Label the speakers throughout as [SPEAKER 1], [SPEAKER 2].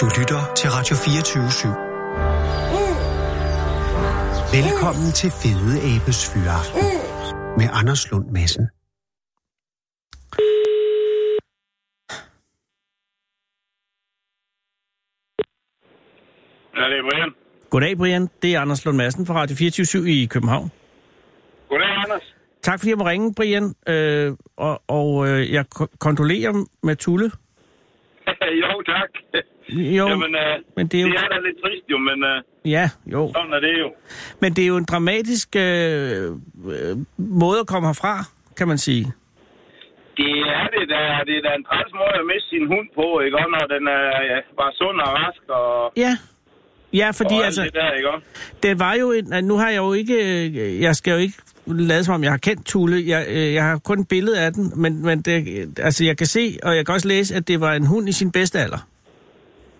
[SPEAKER 1] Du lytter til Radio 24 /7. Velkommen til Fede Abes Fyraften med Anders Lund Madsen.
[SPEAKER 2] Ja, det er Brian.
[SPEAKER 3] Goddag, Brian. Det er Anders Lund Madsen fra Radio 24 i København.
[SPEAKER 2] Goddag, Anders.
[SPEAKER 3] Tak fordi jeg må ringe, Brian, øh, og, og øh, jeg ko- kondolerer med Tulle.
[SPEAKER 2] jo, tak.
[SPEAKER 3] Jo,
[SPEAKER 2] Jamen, øh,
[SPEAKER 3] men det er jo...
[SPEAKER 2] det er da lidt trist jo, men øh,
[SPEAKER 3] Ja, jo.
[SPEAKER 2] sådan er det jo.
[SPEAKER 3] Men det er jo en dramatisk øh, øh, måde at komme herfra, kan man sige.
[SPEAKER 2] Det er det da. Det er da en træls måde at miste sin hund på, ikke? Og når den er ja, bare sund og rask og,
[SPEAKER 3] Ja. Ja, fordi
[SPEAKER 2] og
[SPEAKER 3] altså,
[SPEAKER 2] alt det der, ikke?
[SPEAKER 3] det var jo en... Nu har jeg jo ikke... øh, Jeg skal jo ikke lade som om, jeg har kendt Tulle. Jeg, øh, jeg har kun et billede af den, men, men det, altså, jeg kan se, og jeg kan også læse, at det var en hund i sin bedste alder.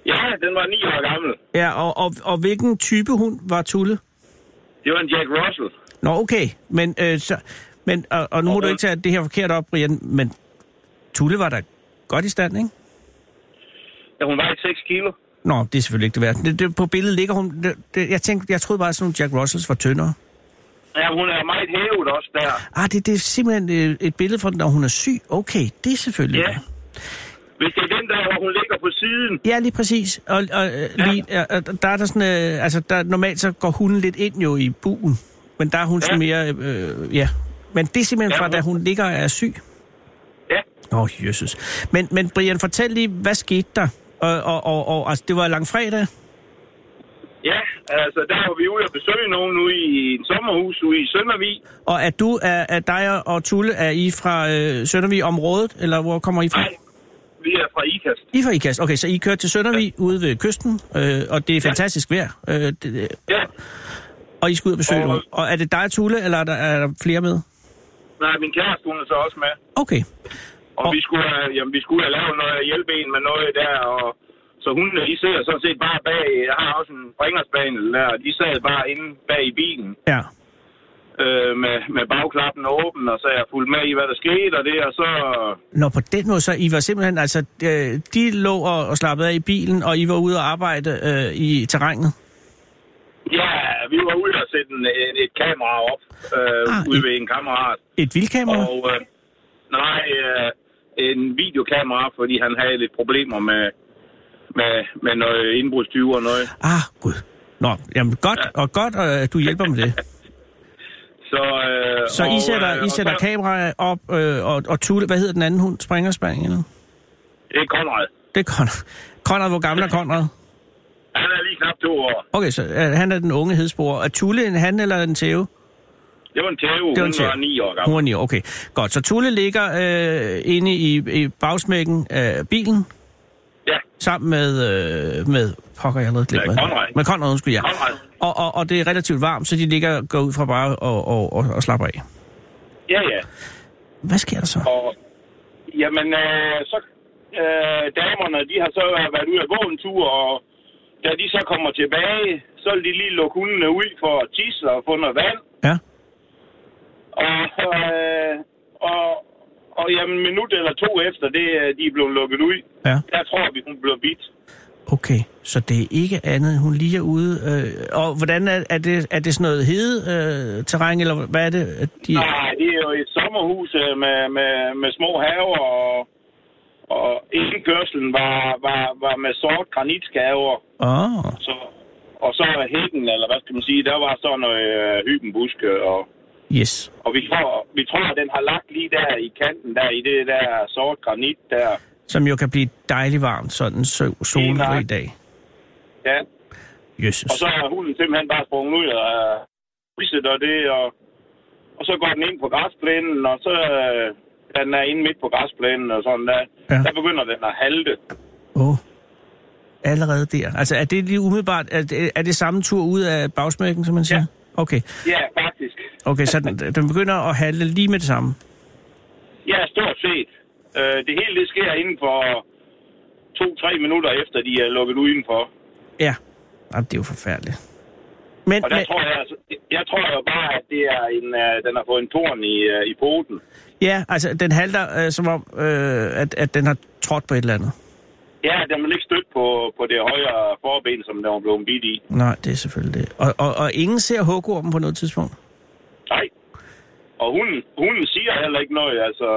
[SPEAKER 2] Ja, den var 9 år gammel.
[SPEAKER 3] Ja, og, og, og hvilken type hund var Tulle?
[SPEAKER 2] Det var en Jack Russell.
[SPEAKER 3] Nå, okay. Men, øh, så, men og, og nu må
[SPEAKER 2] Og
[SPEAKER 3] du
[SPEAKER 2] den-
[SPEAKER 3] ikke tage det her forkert op, Brian, men Tulle var da godt i stand, ikke?
[SPEAKER 2] Ja, hun vejede 6 kilo.
[SPEAKER 3] Nå, det er selvfølgelig ikke det værd. Det, det, på billedet ligger hun... Det, det, jeg, tænkte, jeg troede bare, at sådan nogle Jack Russells var tyndere.
[SPEAKER 2] Ja, hun er meget hævet også der.
[SPEAKER 3] Ah, det, det er simpelthen øh, et billede fra, når hun er syg. Okay, det er selvfølgelig...
[SPEAKER 2] Ja. Hvis det er den der, hvor hun ligger på siden.
[SPEAKER 3] Ja, lige præcis. Og, og øh, lige, ja. der er der sådan... Øh, altså, der, normalt så går hunden lidt ind jo i buen. Men der er hun ja. sådan mere... Øh, ja. Men det er simpelthen
[SPEAKER 2] Ja,
[SPEAKER 3] fra,
[SPEAKER 2] hun-
[SPEAKER 3] da hun ligger og er syg.
[SPEAKER 2] Ja.
[SPEAKER 3] Åh, oh, jøsses. Men, men Brian, fortæl lige, hvad skete der? Og, og, og, og altså, det var langfredag?
[SPEAKER 2] Ja, altså der var vi ude og besøge nogen ude i et sommerhus ude i Søndervig.
[SPEAKER 3] Og er du, er, er dig og- og Tulle, er I fra øh, Søndervig-området, eller hvor kommer I fra?
[SPEAKER 2] Nej, vi er fra Ikast.
[SPEAKER 3] I er fra Ikast. Okay, så I kører til Søndervig ja. ude ved kysten, øh, og det er fantastisk vejr. Øh, det- det,
[SPEAKER 2] Ja,
[SPEAKER 3] og I skal ud og besøge
[SPEAKER 2] Og-
[SPEAKER 3] nogen. Og er det dig og Tulle, eller er der, er der flere med?
[SPEAKER 2] nej, min kæreste hun er så også med.
[SPEAKER 3] Okay.
[SPEAKER 2] Og,
[SPEAKER 3] Og-
[SPEAKER 2] og vi skulle have, jamen, vi skulle have lavet noget hjælpe en med noget der, og så hundene, de sidder sådan set bare bag, jeg har også en bringerspanel der, og de sad bare inde bag i bilen
[SPEAKER 3] Ja.
[SPEAKER 2] øh, med, med bagklappen åben, og så er jeg fulgt med i, hvad der skete, og det, og så...
[SPEAKER 3] Nå, på den måde, så I var simpelthen, altså, øh, de lå og, og slappede af i bilen, og I var ude og arbejde øh, i terrænet.
[SPEAKER 2] Ja, vi var ude og sætte en, et, et kamera op øh,
[SPEAKER 3] Ah,
[SPEAKER 2] ah, ude
[SPEAKER 3] et-
[SPEAKER 2] ved en kammerat,
[SPEAKER 3] Et vildkamera?
[SPEAKER 2] og... Øh, nej, øh, en videokamera, fordi han havde lidt problemer med, med, med noget indbrudstyve og noget.
[SPEAKER 3] Ah, gud. Nå, jamen godt, og godt, og øh, du hjælper med det.
[SPEAKER 2] Så, øh,
[SPEAKER 3] Så I sætter,
[SPEAKER 2] øh,
[SPEAKER 3] I
[SPEAKER 2] og
[SPEAKER 3] sætter
[SPEAKER 2] så-
[SPEAKER 3] kameraer op, øh, og, og Tulle, hvad hedder den anden hund? Springer Spring, eller?
[SPEAKER 2] Det er Konrad.
[SPEAKER 3] Det er Conrad. Conrad, hvor gammel er Conrad?
[SPEAKER 2] Han er lige knap to år.
[SPEAKER 3] Okay, så øh, han er den unge hedspor. Er Tulle en han eller en tæve?
[SPEAKER 2] Det var en tæve.
[SPEAKER 3] Det var en
[SPEAKER 2] Hun
[SPEAKER 3] tæve.
[SPEAKER 2] var ni år
[SPEAKER 3] Hun
[SPEAKER 2] gammel.
[SPEAKER 3] er ni, okay. Godt, så Tulle ligger øh, inde i, i bagsmækken af bilen,
[SPEAKER 2] Ja,
[SPEAKER 3] sammen med, øh, med pokker, jeg lavede
[SPEAKER 2] Med
[SPEAKER 3] glemt. hvad han-
[SPEAKER 2] Conrad.
[SPEAKER 3] Med Conrad, undskyld, ja.
[SPEAKER 2] Konrad.
[SPEAKER 3] Og, og, og det er relativt varmt, så de ligger og går ud fra bare og, og, og, og slapper af.
[SPEAKER 2] Ja, ja.
[SPEAKER 3] Hvad sker der så?
[SPEAKER 2] Og, jamen, øh, så... Øh, damerne, de har så været ude at gå en tur, og da de så kommer tilbage, så vil de lige lukke hundene ud for at tisse og få noget vand.
[SPEAKER 3] Ja,
[SPEAKER 2] Og, øh, og, og jamen, en minut eller to efter, det, øh, de er blevet lukket ud,
[SPEAKER 3] ja.
[SPEAKER 2] der tror vi, hun blev bidt.
[SPEAKER 3] Okay, så det er ikke andet, end hun lige er ude. Øh, og hvordan er, er, det, er det sådan noget hede øh, terræn, eller hvad er det? At de,
[SPEAKER 2] Nej, det er jo et sommerhus øh, med, med, med små haver, og, og indkørselen var, var, var med sort granitskaver,
[SPEAKER 3] Åh, oh,
[SPEAKER 2] så, og så er hækken, eller hvad skal man sige, der var sådan noget øh, hybenbuske, og,
[SPEAKER 3] yes.
[SPEAKER 2] og vi, tror, vi tror, at den har lagt lige der i kanten, der i det der sort granit der.
[SPEAKER 3] Som jo kan blive dejligt varmt, sådan en sol- solrig
[SPEAKER 2] nøjagtigt.
[SPEAKER 3] dag.
[SPEAKER 2] Ja.
[SPEAKER 3] Jesus.
[SPEAKER 2] Og så er hunden simpelthen bare sprunget ud og viset og det, og, og så går den ind på græsplænen, og så øh, da den er inde midt på græsplænen og sådan der.
[SPEAKER 3] Ja.
[SPEAKER 2] Ja. Der begynder den at halte.
[SPEAKER 3] Åh. Oh. Allerede der. Altså, er det lige umiddelbart, er det, er det samme tur ud af bagsmækken, som man siger? Ja. Okay,
[SPEAKER 2] Ja, faktisk.
[SPEAKER 3] okay så den, den begynder at halde lige med det samme.
[SPEAKER 2] Ja, stort set. Øh, det hele det sker inden for to-tre minutter efter, de er lukket udenfor.
[SPEAKER 3] Ja. Jamen, det er jo forfærdeligt. Men,
[SPEAKER 2] Og der
[SPEAKER 3] men
[SPEAKER 2] tror jeg, altså, jeg tror jo bare, at det er en, øh, den har fået en torn i, øh, i poten.
[SPEAKER 3] ja, altså, den halter øh, som om, øh, at, at den har trådt på et eller andet.
[SPEAKER 2] Ja, den vil ikke støtte på, på det højre forben, som den var blevet bidt i.
[SPEAKER 3] Nej, det er selvfølgelig det. Og, og, og ingen ser hugormen på noget tidspunkt?
[SPEAKER 2] Nej. Og hunden, hunden siger heller ikke noget, altså...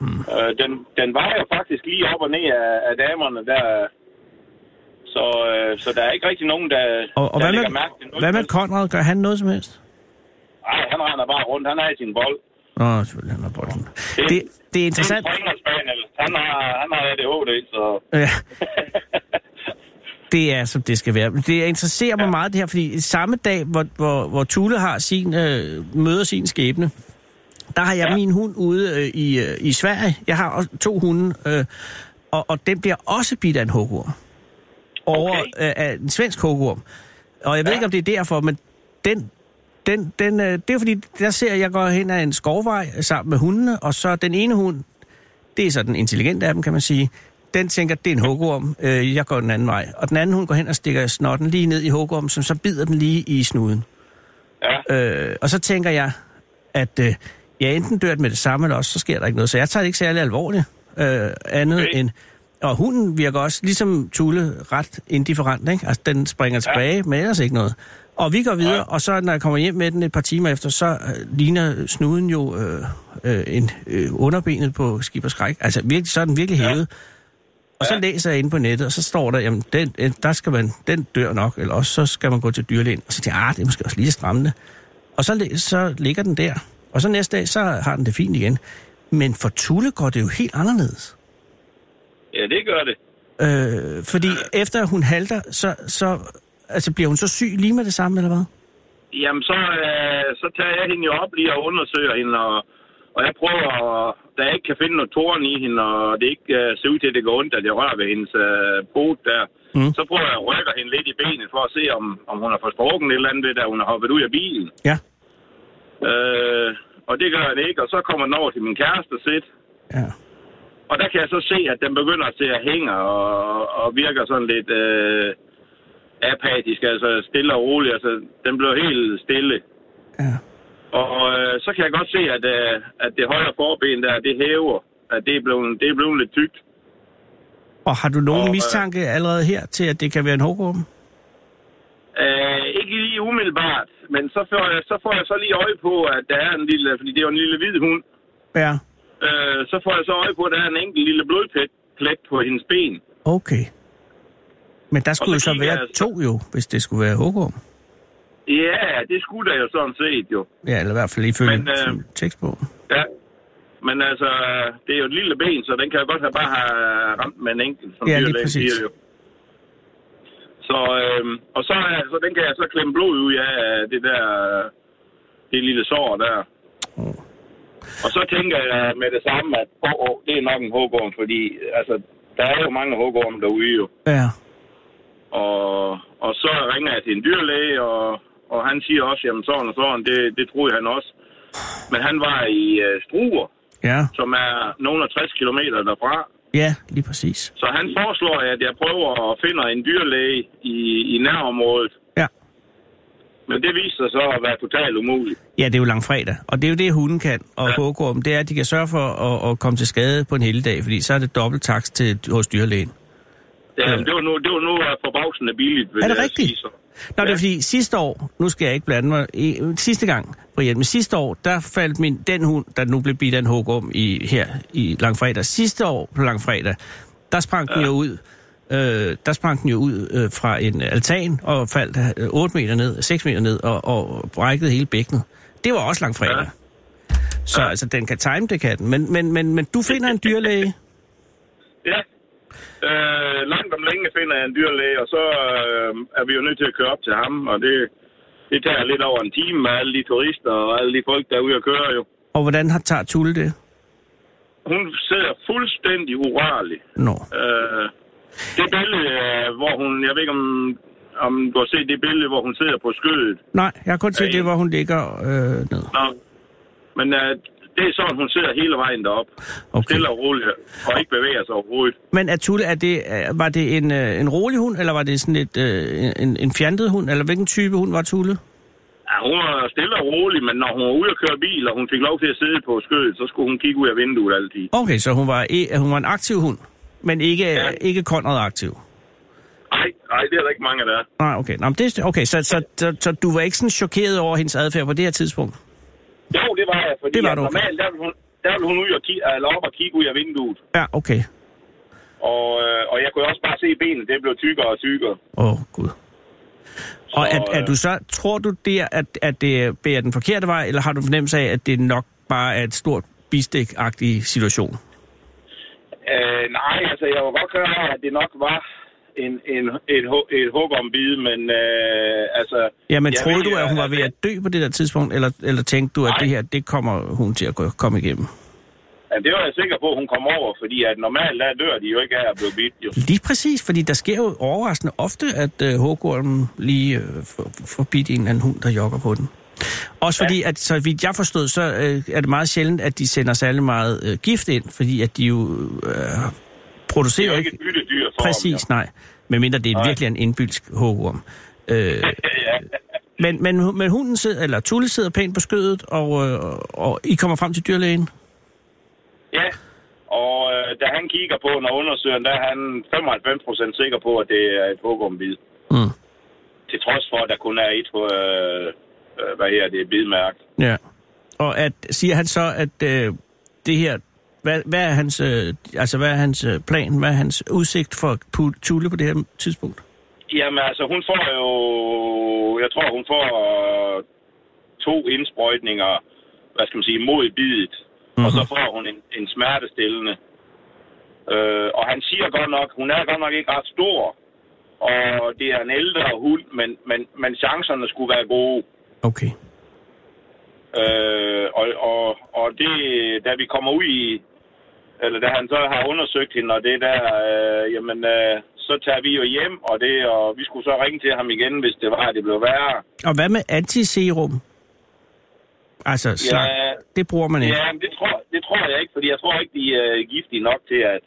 [SPEAKER 2] Mm. Øh, den, den vejer faktisk lige op og ned af, af damerne der. Så, øh, så der er ikke rigtig nogen, der,
[SPEAKER 3] Og, og
[SPEAKER 2] der
[SPEAKER 3] hvad,
[SPEAKER 2] lægger
[SPEAKER 3] med,
[SPEAKER 2] mærke til noget.
[SPEAKER 3] hvad med Konrad? Gør han noget som helst?
[SPEAKER 2] Nej, han render bare rundt. Han har i sin bold.
[SPEAKER 3] Nå, selvfølgelig, han har bolden. Det, det er
[SPEAKER 2] Det er en
[SPEAKER 3] interessant.
[SPEAKER 2] Spaniel. Han har, han har ADHD, så...
[SPEAKER 3] Ja. Det er, som det skal være. Men det interesserer mig meget det her, fordi samme dag, hvor, hvor, hvor Tule har sin, øh, møder sin skæbne, der har jeg ja.
[SPEAKER 2] Ja.
[SPEAKER 3] min hund ude øh, i, øh, i Sverige. Jeg har også to hunde, øh, og, og den bliver også bidt af en hugorm. Over okay. øh, af en svensk hugorm. Og jeg ved ja.
[SPEAKER 2] Ja.
[SPEAKER 3] ikke, om det er derfor, men den, den, den, øh, det er fordi, der ser jeg, jeg går hen ad en skovvej sammen med hundene, og så den ene hund, det er så den intelligente af dem, kan man sige. Den tænker, det er en hugorm, øh, jeg går den anden vej. Og den anden, hun går hen og stikker snotten lige ned i hugormen, som så bider den lige i snuden.
[SPEAKER 2] Ja,
[SPEAKER 3] Øh, og så tænker jeg, at øh, jeg enten dør den med det samme, eller også så sker der ikke noget. Så jeg tager det ikke særlig alvorligt. Øh, andet okay.
[SPEAKER 2] Okay.
[SPEAKER 3] end... Og hunden virker også, ligesom Tulle, ret indifferent. Ikke? Altså, den springer tilbage, ja. men ellers ikke noget. Og vi går videre, ja.
[SPEAKER 2] Nej.
[SPEAKER 3] og så når jeg kommer hjem med den et par timer efter, så øh, ligner snuden jo øh, øh, en, øh, underbenet på skib og skræk. Altså, virkelig, så er den virkelig
[SPEAKER 2] Ja.
[SPEAKER 3] hævet. Og så
[SPEAKER 2] Ja.
[SPEAKER 3] læser jeg inde på nettet, og så står der, jamen, den, øh, der skal man, den dør nok, eller også så skal man gå til dyrlægen. Og så tænker jeg, ah, det er måske også lige strammende. Og så, læ- så ligger den der. Og så næste dag, så har den det fint igen. Men for Tulle går det jo helt anderledes.
[SPEAKER 2] ja det gør det.
[SPEAKER 3] Øh, fordi efter hun halter, så, så altså, bliver hun så syg lige med det samme, eller hvad?
[SPEAKER 2] Jamen, så, øh, så tager jeg hende jo op lige og undersøger hende, og, og jeg prøver, at- da jeg ikke kan finde noget tårn i hende, og det ikke øh, ser ud til, at det går ondt, at jeg rører ved hendes øh, bod der,
[SPEAKER 3] Mm.
[SPEAKER 2] mm. så prøver jeg at rykke hende lidt i benet for at se, om, om hun har fået strukken et eller andet ved, da hun har hoppet ud af bilen.
[SPEAKER 3] Ja.
[SPEAKER 2] Øh, og det gør jeg ikke, og så kommer den over til min kæreste sit,
[SPEAKER 3] Ja.
[SPEAKER 2] og der kan jeg så se, at den begynder til at hænge og, og virker sådan lidt øh, apatisk, altså stille og rolig. Altså, den blev helt stille.
[SPEAKER 3] ja.
[SPEAKER 2] Og øh, så kan jeg godt se, at, øh, at det højre forben der, det hæver. At det er blevet, det er blevet lidt tykt.
[SPEAKER 3] Og har du nogen
[SPEAKER 2] Og,
[SPEAKER 3] og,
[SPEAKER 2] øh,
[SPEAKER 3] mistanke allerede her til, at det kan være en hårdgruppe?
[SPEAKER 2] Øh, ikke lige umiddelbart, men så får, jeg, så får jeg så lige øje på, at der er en lille, fordi det er jo en lille hvid hund,
[SPEAKER 3] Ja.
[SPEAKER 2] øh, så får jeg så øje på, at der er en enkelt lille blodplet plet på hendes ben.
[SPEAKER 3] Okay. Men der skulle jo så
[SPEAKER 2] kigger
[SPEAKER 3] være
[SPEAKER 2] jeg-
[SPEAKER 3] to jo, hvis det skulle være hårdgruppe.
[SPEAKER 2] Ja, det skulle der jo sådan set jo.
[SPEAKER 3] Ja, eller i hvert fald ifølge
[SPEAKER 2] Men, øh,
[SPEAKER 3] øh... tekstbogen.
[SPEAKER 2] Ja. Men altså, det er jo et lille ben, så den kan jo godt have bare have ramt med en enkelt, som
[SPEAKER 3] Ja, lige
[SPEAKER 2] dyrlægen
[SPEAKER 3] præcis.
[SPEAKER 2] siger jo. Så, øhm, og så, er- så den kan jeg så klemme blod ud af øh, det der, det lille sår der.
[SPEAKER 3] Oh.
[SPEAKER 2] Og så tænker jeg øh, med det samme, at åh, åh, det er nok en hårgorm, fordi altså, der er jo mange hårgorme derude jo.
[SPEAKER 3] Ja.
[SPEAKER 2] Og, og så ringer jeg til en dyrlæge, og, og han siger også, jamen sådan og sådan, det, det troede han også. Men han var i øh, Struer,
[SPEAKER 3] Ja.
[SPEAKER 2] som er nogen af 60 km derfra.
[SPEAKER 3] Ja, lige præcis.
[SPEAKER 2] Så han foreslår, at jeg prøver at finde en dyrlæge i, i nærområdet.
[SPEAKER 3] Ja.
[SPEAKER 2] Men det viser sig så at være totalt umuligt.
[SPEAKER 3] Ja, det er jo langfredag, og det er jo det, hunden kan, og ja.
[SPEAKER 2] Ja.
[SPEAKER 3] hårdgorm, det er, at de kan sørge for at, at komme til skade på en hel dag, fordi så er det dobbelt tax til, hos dyrlægen.
[SPEAKER 2] Ja,
[SPEAKER 3] Ja.
[SPEAKER 2] ja. Det var nu, det var nu øh, forbavsende billigt, vil
[SPEAKER 3] Er det
[SPEAKER 2] jeg
[SPEAKER 3] rigtigt?
[SPEAKER 2] sige så.
[SPEAKER 3] Nå, det er
[SPEAKER 2] Ja.
[SPEAKER 3] fordi sidste år, nu skal jeg ikke blande mig, i, sidste gang, Brian, men sidste år, der faldt min, den hund, der nu blev bidt af en hårdgorm i, her i langfredag, sidste år på langfredag, der sprang den jo ud, øh, der sprang den jo ud øh, fra en altan og faldt øh, 8 meter ned, 6 meter ned og, og brækkede hele bækkenet. Det var også langfredag. Ja.
[SPEAKER 2] Ja.
[SPEAKER 3] Så ja. altså, den kan time det, kan den. Men, men, men, men du finder en dyrlæge?
[SPEAKER 2] Ja. Øh, langt om længe finder jeg en dyrlæge, og så øh, er vi jo nødt til at køre op til ham, og det, det tager lidt over en time med alle de turister og alle de folk, der er ude at køre jo.
[SPEAKER 3] Og hvordan har tager Tulle det?
[SPEAKER 2] Hun sidder fuldstændig urørlig.
[SPEAKER 3] Nå.
[SPEAKER 2] Øh, det billede, øh, hvor hun, jeg ved ikke om, om du har set det billede, hvor hun sidder på skødet.
[SPEAKER 3] Nej, jeg har kun set
[SPEAKER 2] Øh,
[SPEAKER 3] det, hvor hun ligger øh, ned.
[SPEAKER 2] Nå. Men øh, det er sådan, hun sidder hele vejen derop. Okay.
[SPEAKER 3] Okay.
[SPEAKER 2] Stille og roligt, og ikke bevæger sig overhovedet.
[SPEAKER 3] Men er Tulle, er det, er- var det en, øh, en rolig hund, eller var det sådan et, øh, en, en fjantet hund, eller hvilken type hund var Tulle?
[SPEAKER 2] Ja, hun var stille og rolig, men når hun var ude at køre bil, og hun fik lov til at sidde på skødet, så skulle hun kigge ud af vinduet altid.
[SPEAKER 3] Okay, så hun var, e- hun var en aktiv hund. men ikke, ja.
[SPEAKER 2] Ja.
[SPEAKER 3] ikke Konrad aktiv.
[SPEAKER 2] Nej, nej, det er der ikke mange, der er.
[SPEAKER 3] Nej, okay. Nå, men det, er- okay så, så, så, så, du var ikke sådan chokeret over hendes adfærd på det her tidspunkt?
[SPEAKER 2] Jo, det var jeg, fordi
[SPEAKER 3] Det var
[SPEAKER 2] at
[SPEAKER 3] du, okay.
[SPEAKER 2] normalt, der ville hun, der ville hun ud og kigge, eller op og kigge ud af vinduet.
[SPEAKER 3] Ja, okay.
[SPEAKER 2] Og, øh, og jeg kunne jo også bare se benene, det blev tykkere og tykkere.
[SPEAKER 3] Åh, oh, Gud. Og
[SPEAKER 2] Så,
[SPEAKER 3] er, er
[SPEAKER 2] øh,
[SPEAKER 3] du så, tror du der, at, at det bærer den forkerte vej, eller har du en fornemmelse af, at det nok bare er et stort bistik situation?
[SPEAKER 2] Øh, nej, altså jeg var godt klar over, at det nok var en, en, et, hu- et hug om bid, men øh, altså...
[SPEAKER 3] Ja, men
[SPEAKER 2] jeg
[SPEAKER 3] troede
[SPEAKER 2] ved,
[SPEAKER 3] du, at hun var ved
[SPEAKER 2] altså,
[SPEAKER 3] at dø på det der tidspunkt, eller, eller tænkte du, at
[SPEAKER 2] Nej.
[SPEAKER 3] det her, det kommer hun til at gå- komme igennem?
[SPEAKER 2] Ja, det var jeg sikker på, at hun kom over, fordi at normalt der dør de jo ikke af at blive bidt, jo.
[SPEAKER 3] Lige præcis, fordi der sker jo overraskende ofte, at øh, huggormen lige øh, får, får bidt en eller anden hund, der jogger på den. Også fordi, at så vidt jeg forstod, så øh, er det meget sjældent, at de sender særlig meget øh, gift ind, fordi at de jo øh,
[SPEAKER 2] Det er
[SPEAKER 3] producerer
[SPEAKER 2] jo
[SPEAKER 3] jo
[SPEAKER 2] ikke et byttedyr for
[SPEAKER 3] Præcis,
[SPEAKER 2] Ham,
[SPEAKER 3] nej. Medmindre det er
[SPEAKER 2] Nej.
[SPEAKER 3] virkelig en indbylsk huggorm. Øh,
[SPEAKER 2] ja.
[SPEAKER 3] men, men, men hunden sidder, eller Tulle sidder pænt på skødet, og, øh, og I kommer frem til dyrlægen.
[SPEAKER 2] ja. Og øh, da han kigger på den og undersøger den, der er han 95% sikker på, at det er et hug om bid.
[SPEAKER 3] Mm.
[SPEAKER 2] Til trods for, at der kun er et, øh, øh, hvad her, det er bidmærke.
[SPEAKER 3] Ja. Og at, siger han så, at øh, det her, hvad, hvad, er hans, øh, altså, hvad er hans øh, plan, hvad er hans udsigt for Pu- Tulle på det her tidspunkt?
[SPEAKER 2] Jamen altså, hun får jo... Jeg tror, hun får øh, to indsprøjtninger, hvad skal man sige, mod bidet. Mm-hmm. Og så får hun en, en smertestillende. Øh, og han siger godt nok, hun er godt nok ikke ret stor. Og det er en ældre hund, men, men, men chancerne skulle være gode.
[SPEAKER 3] Okay.
[SPEAKER 2] Øh, og, og, og det, da vi kommer ud i, eller da han så har undersøgt hende, og det der, øh, jamen, øh, så tager vi jo hjem, og det, og vi skulle så ringe til ham igen, hvis det var, at det blev værre.
[SPEAKER 3] Og hvad med antiserum? Altså, slag, ja. det bruger man ikke.
[SPEAKER 2] ja men det, tror, det tror jeg ikke, fordi jeg tror ikke, de øh, er giftige nok til, at,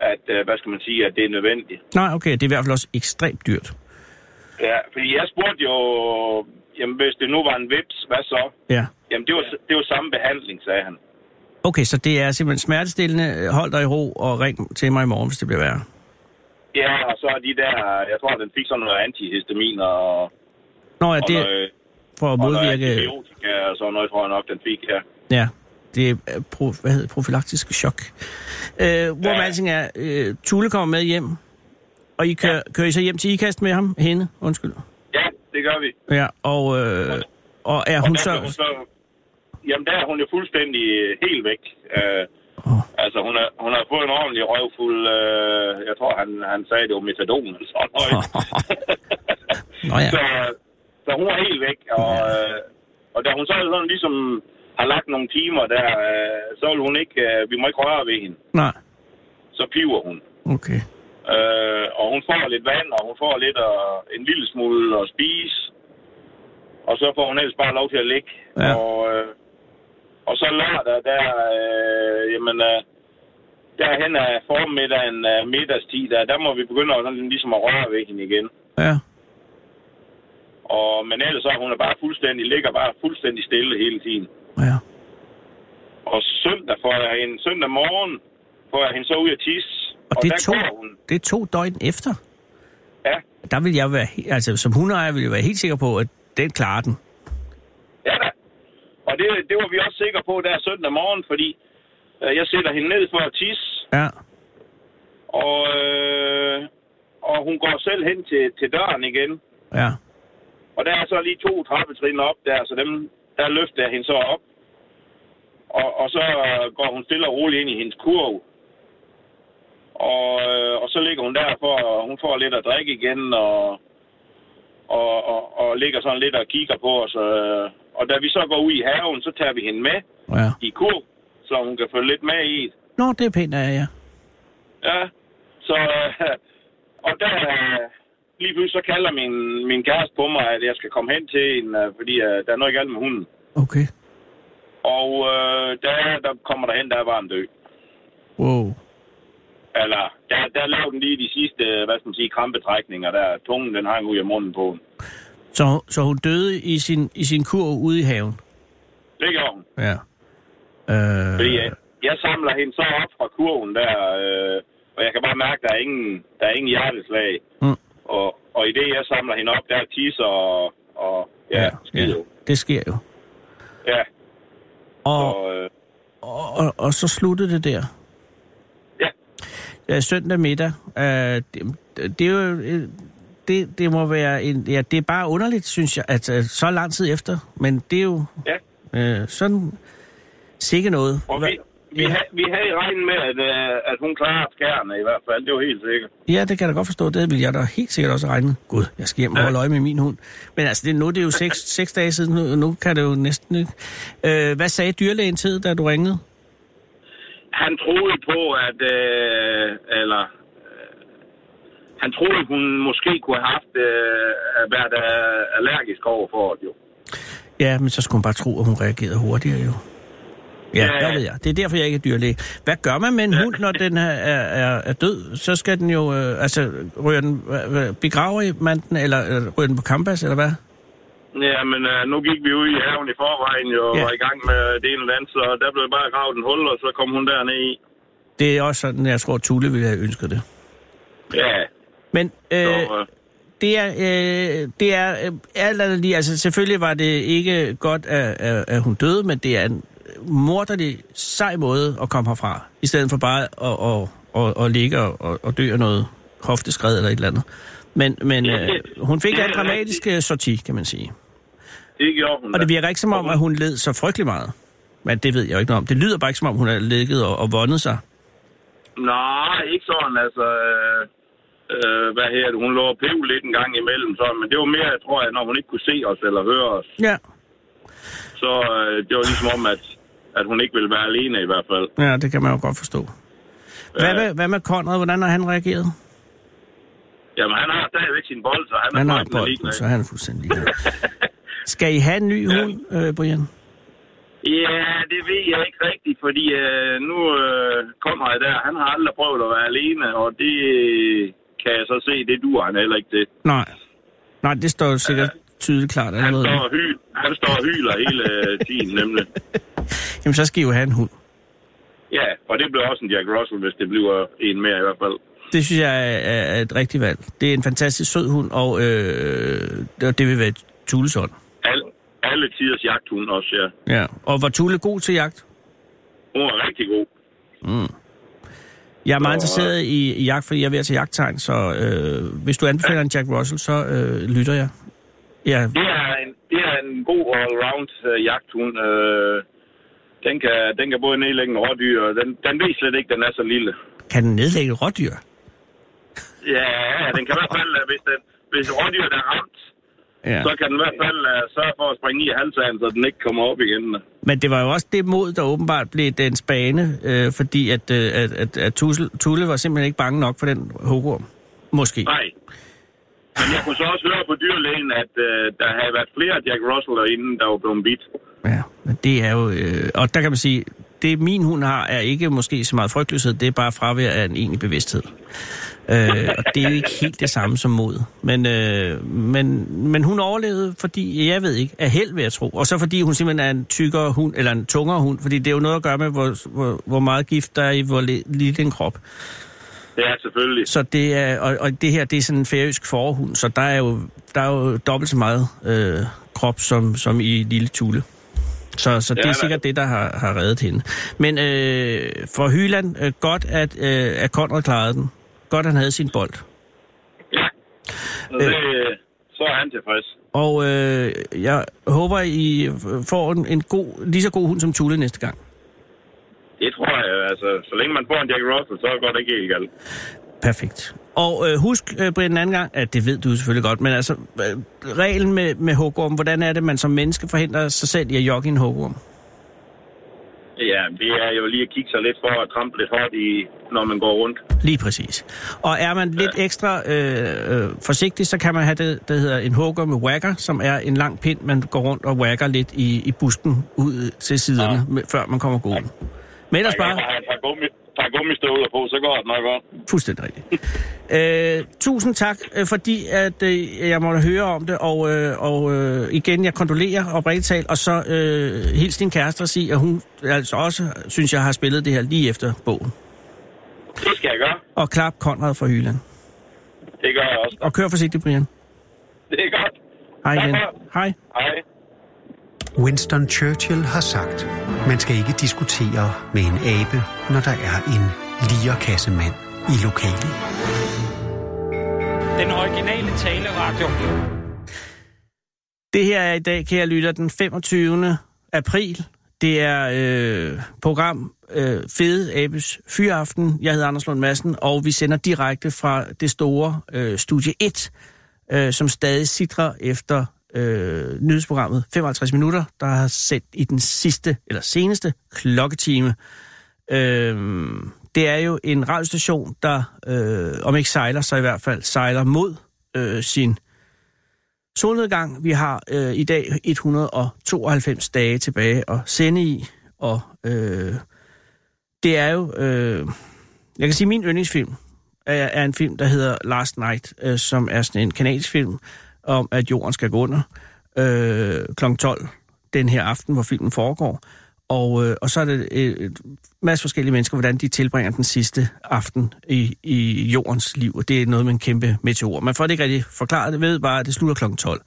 [SPEAKER 2] at øh, hvad skal man sige, at det er nødvendigt.
[SPEAKER 3] Nej, okay, det er i hvert fald også ekstremt dyrt.
[SPEAKER 2] Ja, fordi jeg spurgte jo, jamen, hvis det nu var en vips, hvad så?
[SPEAKER 3] Ja.
[SPEAKER 2] Jamen, det var, det var samme behandling, sagde han.
[SPEAKER 3] Okay, så det er simpelthen smertestillende. øh, Hold dig i ro og ring til mig i morgen, hvis det bliver værre.
[SPEAKER 2] Ja, og så er de der, jeg tror, den fik sådan noget antihistamin og,
[SPEAKER 3] Nå ja,
[SPEAKER 2] og
[SPEAKER 3] det
[SPEAKER 2] noget,
[SPEAKER 3] for at
[SPEAKER 2] Og noget
[SPEAKER 3] modvirke...
[SPEAKER 2] antibiotika og sådan noget, tror jeg nok, den fik, ja.
[SPEAKER 3] Ja, det er øh, pro, hvad hedder, det, profylaktisk chok. Øh, hvor
[SPEAKER 2] Ja.
[SPEAKER 3] ja. alting er, øh, Tulle kommer med hjem, og I kører, ja. kører I så hjem til Ikast med ham? Hende, undskyld.
[SPEAKER 2] Ja, det gør vi.
[SPEAKER 3] Ja, og, øh, og er hun
[SPEAKER 2] der blev
[SPEAKER 3] så...
[SPEAKER 2] Jamen, der er hun jo fuldstændig øh, helt væk. Øh,
[SPEAKER 3] Åh.
[SPEAKER 2] Altså, hun har, hun har fået en ordentlig røvfuld... Øh, jeg tror, han, han sagde, det var metadon eller sådan noget.
[SPEAKER 3] Nå ja.
[SPEAKER 2] så, så hun er helt væk, og, øh, og da hun så sådan ligesom har lagt nogle timer der, øh, så vil hun ikke... Øh, vi må ikke røre ved hende.
[SPEAKER 3] Nej,
[SPEAKER 2] Så piver hun.
[SPEAKER 3] okay.
[SPEAKER 2] Øh, og hun får lidt vand, og hun får lidt og en lille smule at spise. Og så får hun ellers bare lov til at ligge.
[SPEAKER 3] Ja.
[SPEAKER 2] Og, øh, og så lørdag, der, øh, jamen, øh, derhen af formiddagen, øh, middagstid, der, der må vi begynde at, sådan, ligesom at røre ved hende igen.
[SPEAKER 3] Ja.
[SPEAKER 2] Og, men ellers så er hun er bare fuldstændig, ligger bare fuldstændig stille hele tiden.
[SPEAKER 3] ja.
[SPEAKER 2] Og søndag får jeg hende, søndag morgen får jeg hende så ud at tisse.
[SPEAKER 3] Og det er,
[SPEAKER 2] der
[SPEAKER 3] to,
[SPEAKER 2] går hun.
[SPEAKER 3] det er to døgn efter.
[SPEAKER 2] Ja,
[SPEAKER 3] Der vil jeg være, he- altså som hundeejer vil jeg være helt sikker på, at den klarer den.
[SPEAKER 2] Ja da. Og det, det var vi også sikre på der søndag morgen, fordi øh, jeg sætter hende ned for at tisse,
[SPEAKER 3] Ja,
[SPEAKER 2] og, øh, og hun går selv hen til, til døren igen.
[SPEAKER 3] ja.
[SPEAKER 2] Og der er så lige to trappetrin op der, så dem, der løfter jeg hende så op. Og, og så øh, går hun stille og roligt ind i hendes kurv. Og, øh, og så ligger hun der, for, og hun får lidt at drikke igen, og, og, og, og ligger sådan lidt og kigger på os. Øh. Og da vi så går ud i haven, så tager vi hende med
[SPEAKER 3] ja.
[SPEAKER 2] i kurv, så hun kan følge lidt med i det.
[SPEAKER 3] Nå, det er pænt af jer.
[SPEAKER 2] Ja, så... Øh, og der... øh, Lige pludselig så kalder min, min kæreste på mig, at jeg skal komme hen til en, øh, fordi øh, der er noget galt med hunden.
[SPEAKER 3] Okay.
[SPEAKER 2] Og øh, der, der kommer der hen, der var en død.
[SPEAKER 3] Wow.
[SPEAKER 2] Eller, der, der lavede den lige de sidste, øh, hvad skal man sige, krampetrækninger der. Tungen, den hang ud af munden på den.
[SPEAKER 3] Så, så hun døde i sin, i sin kurv ude i haven?
[SPEAKER 2] Det gjorde hun.
[SPEAKER 3] Ja. Øh,
[SPEAKER 2] Fordi øh, jeg samler hende så op fra kurven der, øh, Og jeg kan bare mærke, at der er ingen, der er ingen hjerteslag.
[SPEAKER 3] Mm.
[SPEAKER 2] Og, og i det, jeg samler hende op, der er tisser og, og ja, ja, skide. Ja.
[SPEAKER 3] Det sker jo.
[SPEAKER 2] ja.
[SPEAKER 3] Og,
[SPEAKER 2] Og, øh,
[SPEAKER 3] og, og, og så sluttede det der.
[SPEAKER 2] Ja.
[SPEAKER 3] Ja, søndag middag. Øh, det, det er jo... øh, Det, det må være en... Ja, det er bare underligt, synes jeg, at, at så lang tid efter. Men det er jo
[SPEAKER 2] ja.
[SPEAKER 3] øh, sådan... Sikke noget.
[SPEAKER 2] Og vi, vi,
[SPEAKER 3] Ja.
[SPEAKER 2] ha, vi havde regnet med, at, øh, at hun klarer skærene i hvert fald. Det var helt sikkert.
[SPEAKER 3] Ja, det kan jeg da godt forstå. Det vil jeg da helt sikkert også regne med. Gud, jeg skal hjem og holde øje med min hund. Men altså, det, nu det er jo seks, seks dage siden, nu, nu kan det jo næsten ikke. Øh, hvad sagde dyrlægen til, da du ringede?
[SPEAKER 2] Han troede på, at... Øh, eller... øh, Han troede, hun måske kunne have haft, øh, været øh, allergisk over for det, jo.
[SPEAKER 3] Ja, men så skulle hun bare tro, at hun reagerede hurtigere jo. Ja,
[SPEAKER 2] Ja.
[SPEAKER 3] der ved jeg. Det er derfor, jeg ikke er dyrlæge. Hvad gør man med en hund, når den er, er, er, er død? Så skal den jo... Øh, altså, ryger den, øh, begraver man den, eller øh, ryger den på kampas, eller hvad?
[SPEAKER 2] Ja, men øh, nu gik vi ud i haven i forvejen jo, og
[SPEAKER 3] Ja.
[SPEAKER 2] var i gang med det ene eller andet, så der blev bare gravet en hul, og så kom hun derned i.
[SPEAKER 3] Det er også sådan, jeg tror, Tulle ville have ønsket det.
[SPEAKER 2] Ja,
[SPEAKER 3] Men... Øh,
[SPEAKER 2] så, øh,
[SPEAKER 3] det er, øh, det er øh, alt andet lige, altså selvfølgelig var det ikke godt, at, at, at hun døde, men det er en morderlig, sej måde at komme herfra, i stedet for bare at, at, at, at ligge og, og, og dø af noget hofteskred eller et eller andet. Men, men øh, hun fik en dramatisk øh, sorti, kan man sige.
[SPEAKER 2] det gjorde hun
[SPEAKER 3] Og det
[SPEAKER 2] da.
[SPEAKER 3] virker ikke som om, at hun led så frygtelig meget. Men det ved jeg jo ikke noget om. Det lyder bare ikke som om, hun har ligget og, og vundet sig.
[SPEAKER 2] Nej, ikke sådan, altså... Øh, øh, hvad her det? Hun lå og blev lidt en gang imellem, så, men det var mere, tror jeg, når hun ikke kunne se os eller høre os,
[SPEAKER 3] Ja,
[SPEAKER 2] så øh, det var ligesom om, at, at hun ikke ville være alene i hvert fald.
[SPEAKER 3] ja det kan man jo godt forstå. Hvad
[SPEAKER 2] Ja.
[SPEAKER 3] med, hvad med Conrad? Hvordan har han reageret?
[SPEAKER 2] Jamen, han har stadigvæk sin bold, så han,
[SPEAKER 3] Han
[SPEAKER 2] er
[SPEAKER 3] har
[SPEAKER 2] fuldstændig
[SPEAKER 3] bolden,
[SPEAKER 2] ligeglad.
[SPEAKER 3] så er han fuldstændig ligeglad. Skal I have en ny
[SPEAKER 2] Ja.
[SPEAKER 3] hund, øh, Brian?
[SPEAKER 2] Ja, det ved jeg ikke rigtigt, fordi øh, nu øh, kommer jeg der. Han har aldrig prøvet at være alene, og det kan jeg så se, det duer han heller ikke til.
[SPEAKER 3] Nej. Nej, det står jo sikkert tydeligt klart
[SPEAKER 2] Øh, Han
[SPEAKER 3] allerede.
[SPEAKER 2] står og, hy- han står og hyler hele øh, tiden, nemlig.
[SPEAKER 3] Jamen, så skal I jo have en hund.
[SPEAKER 2] Ja, og det bliver også en Jack Russell, hvis det bliver en mere i hvert fald.
[SPEAKER 3] Det synes jeg er- er er et rigtigt valg. Det er en fantastisk sød hund, og øh, og det vil være Tules hånd.
[SPEAKER 2] Al- alle tiders jagthund også, ja.
[SPEAKER 3] Ja. Og var Tule god til jagt?
[SPEAKER 2] Hun er rigtig god.
[SPEAKER 3] Jeg er meget
[SPEAKER 2] Nå,
[SPEAKER 3] interesseret i, i jagt, fordi jeg er ved at tage jagttegn, så øh, hvis du anbefaler en Jack Russell, så øh, lytter jeg. Ja,
[SPEAKER 2] Det er en, det er en god all-round øh, jagthund. Øh, den, kan, den kan både nedlægge en rådyr, og den, den ved slet ikke, den er så lille.
[SPEAKER 3] kan den nedlægge et rådyr?
[SPEAKER 2] Ja, ja, den kan i hvert fald, øh, hvis, den, hvis rådyret er ramt,
[SPEAKER 3] Ja.
[SPEAKER 2] så kan den i hvert fald uh, sørge for at springe i halvtagen, så den ikke kommer op igen.
[SPEAKER 3] Men det var jo også det mod, der åbenbart blev den spane, øh, fordi at, øh, at, at, at Tussel, Tulle var simpelthen ikke bange nok for den hukorm. Måske.
[SPEAKER 2] Nej. Men jeg kunne så også høre på dyrlægen, at uh, der havde været flere Jack Russells inden, der var blevet bidt.
[SPEAKER 3] Ja, men det er jo... Øh, og der kan man sige, det min hund har, er ikke måske så meget frygtløshed, det er bare fravær af en egentlig bevidsthed. Øh, og det er jo ikke helt det samme som mod. Men, øh, men, men hun overlevede, fordi, jeg ved ikke, er held ved at tro. Og så fordi hun simpelthen er en tykkere hund, eller en tungere hund, fordi det er jo noget at gøre med, hvor, hvor, hvor meget gift der er i hvor li- lille en krop.
[SPEAKER 2] Ja, selvfølgelig.
[SPEAKER 3] Så det er, og, og det her, det er sådan en færøsk forhund, så der er jo, der er jo dobbelt så meget øh, krop som, som i lille Tule. Så, så det
[SPEAKER 2] Ja,
[SPEAKER 3] er
[SPEAKER 2] nej.
[SPEAKER 3] sikkert det, der har, har reddet hende. Men øh, for Hyland, øh, godt at, øh, at Conrad klarede den. Godt, han havde sin bold.
[SPEAKER 2] Ja. Så, det, øh. så er han tilfreds.
[SPEAKER 3] Og øh, jeg håber, I får en, en god, lige så god hund som Tule næste gang.
[SPEAKER 2] Det tror jeg, altså. Så længe man får en Jack Russell, så går det ikke helt galt.
[SPEAKER 3] Perfekt. Og øh, husk, øh, Brian, en anden gang, at det ved du jo selvfølgelig godt, men altså, øh, reglen med, med hugorm, hvordan er det, man som menneske forhindrer sig selv i at jogge en hugorm?
[SPEAKER 2] Ja, det er jo lige at kigge sig lidt for at trampe lidt hårdt i, når man går rundt.
[SPEAKER 3] Lige præcis. Og er man lidt ekstra øh, øh, forsigtig, så kan man have det, der hedder en hugger med wagger, som er en lang pind, man går rundt og wagger lidt i, i busken ud til siderne, ja. med, før man kommer gående. Men ellers
[SPEAKER 2] Man
[SPEAKER 3] bare
[SPEAKER 2] kan have et par, gummi, par gummistøvler på, så går det nok godt.
[SPEAKER 3] fuldstændig rigtigt. Øh, tusind tak, øh, fordi at, øh, jeg måtte høre om det, og, øh, og øh, igen, jeg kondolerer oprigtigt talt, og så øh, hils din kæreste og sig, at hun altså også, synes jeg, har spillet det her lige efter bogen.
[SPEAKER 2] Det skal jeg gøre.
[SPEAKER 3] Og klap Konrad fra Hyland.
[SPEAKER 2] Det gør jeg også.
[SPEAKER 3] Og kør forsigtigt, Brian.
[SPEAKER 2] Det er godt.
[SPEAKER 3] Hej
[SPEAKER 2] Tak
[SPEAKER 3] igen.
[SPEAKER 2] for-
[SPEAKER 3] Hej.
[SPEAKER 2] Hej.
[SPEAKER 1] Winston Churchill har sagt, man skal ikke diskutere med en abe, når der er en lierkassemand i lokalet.
[SPEAKER 4] Den originale taleradio.
[SPEAKER 3] Det her er i dag, kære lytter, den 25. april. Det er øh, program øh, Fede Abes Fyraften. Jeg hedder Anders Lund Madsen, og vi sender direkte fra det store øh, studie 1, øh, som stadig sidder efter øh, nyhedsprogrammet 55 minutter, der har sendt i den sidste eller seneste klokketime. Øh, det er jo en radiostation, der øh, om ikke sejler, så i hvert fald sejler mod øh, sin øh, solnedgang. Vi har øh, i dag 192 dage tilbage at sende i, og øh, det er jo... Øh, jeg kan sige, at min yndlingsfilm er, er en film, der hedder Last Night, øh, som er sådan en kanadisk film om, at jorden skal gå under øh, kl. 12 den her aften, hvor filmen foregår. Og, øh, og så er det øh, et masse forskellige mennesker, hvordan de tilbringer den sidste aften i, i jordens liv. Og det er noget med en kæmpe meteor. Man får det ikke rigtig forklaret. Det ved bare, at det slutter kl. 12.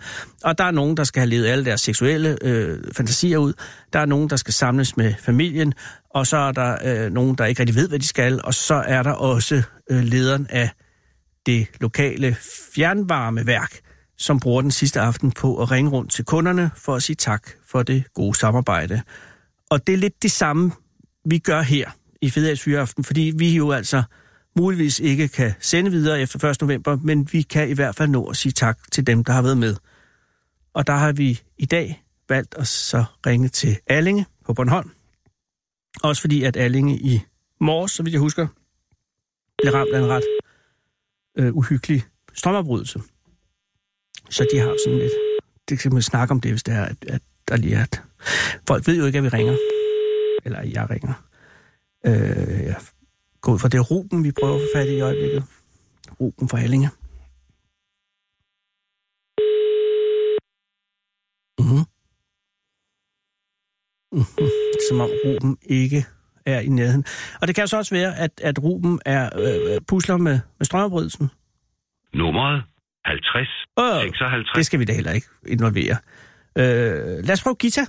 [SPEAKER 3] Og der er nogen, der skal have levet alle deres seksuelle øh, fantasier ud. Der er nogen, der skal samles med familien. Og så er der øh, nogen, der ikke rigtig ved, hvad de skal. Og så er der også øh, lederen af det lokale fjernvarmeværk, som bruger den sidste aften på at ringe rundt til kunderne for at sige tak for det gode samarbejde. Og det er lidt det samme, vi gør her i Fedags Fyreaften, fordi vi jo altså muligvis ikke kan sende videre efter 1. november, men vi kan i hvert fald nå at sige tak til dem, der har været med. Og der har vi i dag valgt at så ringe til Allinge på Bornholm. Også fordi, at Allinge i morges, så vidt jeg husker, blev ramt af en ret øh, uhyggelig strømafbrydelse. Så de har jo sådan lidt... Det kan man snakke om det, hvis det er, at, at der lige er... Et. Folk ved jo ikke, at vi ringer. Eller at jeg ringer. Øh, jeg går ud fra, det er Ruben, vi prøver at få fat i i øjeblikket. Ruben fra Hellinge. Mm-hmm. Mm-hmm. Som om Ruben ikke er i nærheden. Og det kan så også være, at, at Ruben er øh, pusler med, med strømafbrydelsen.
[SPEAKER 5] Nummeret 50
[SPEAKER 3] Åh,
[SPEAKER 5] 56.
[SPEAKER 3] det skal vi da heller ikke involvere. Øh, lad os prøve Gita.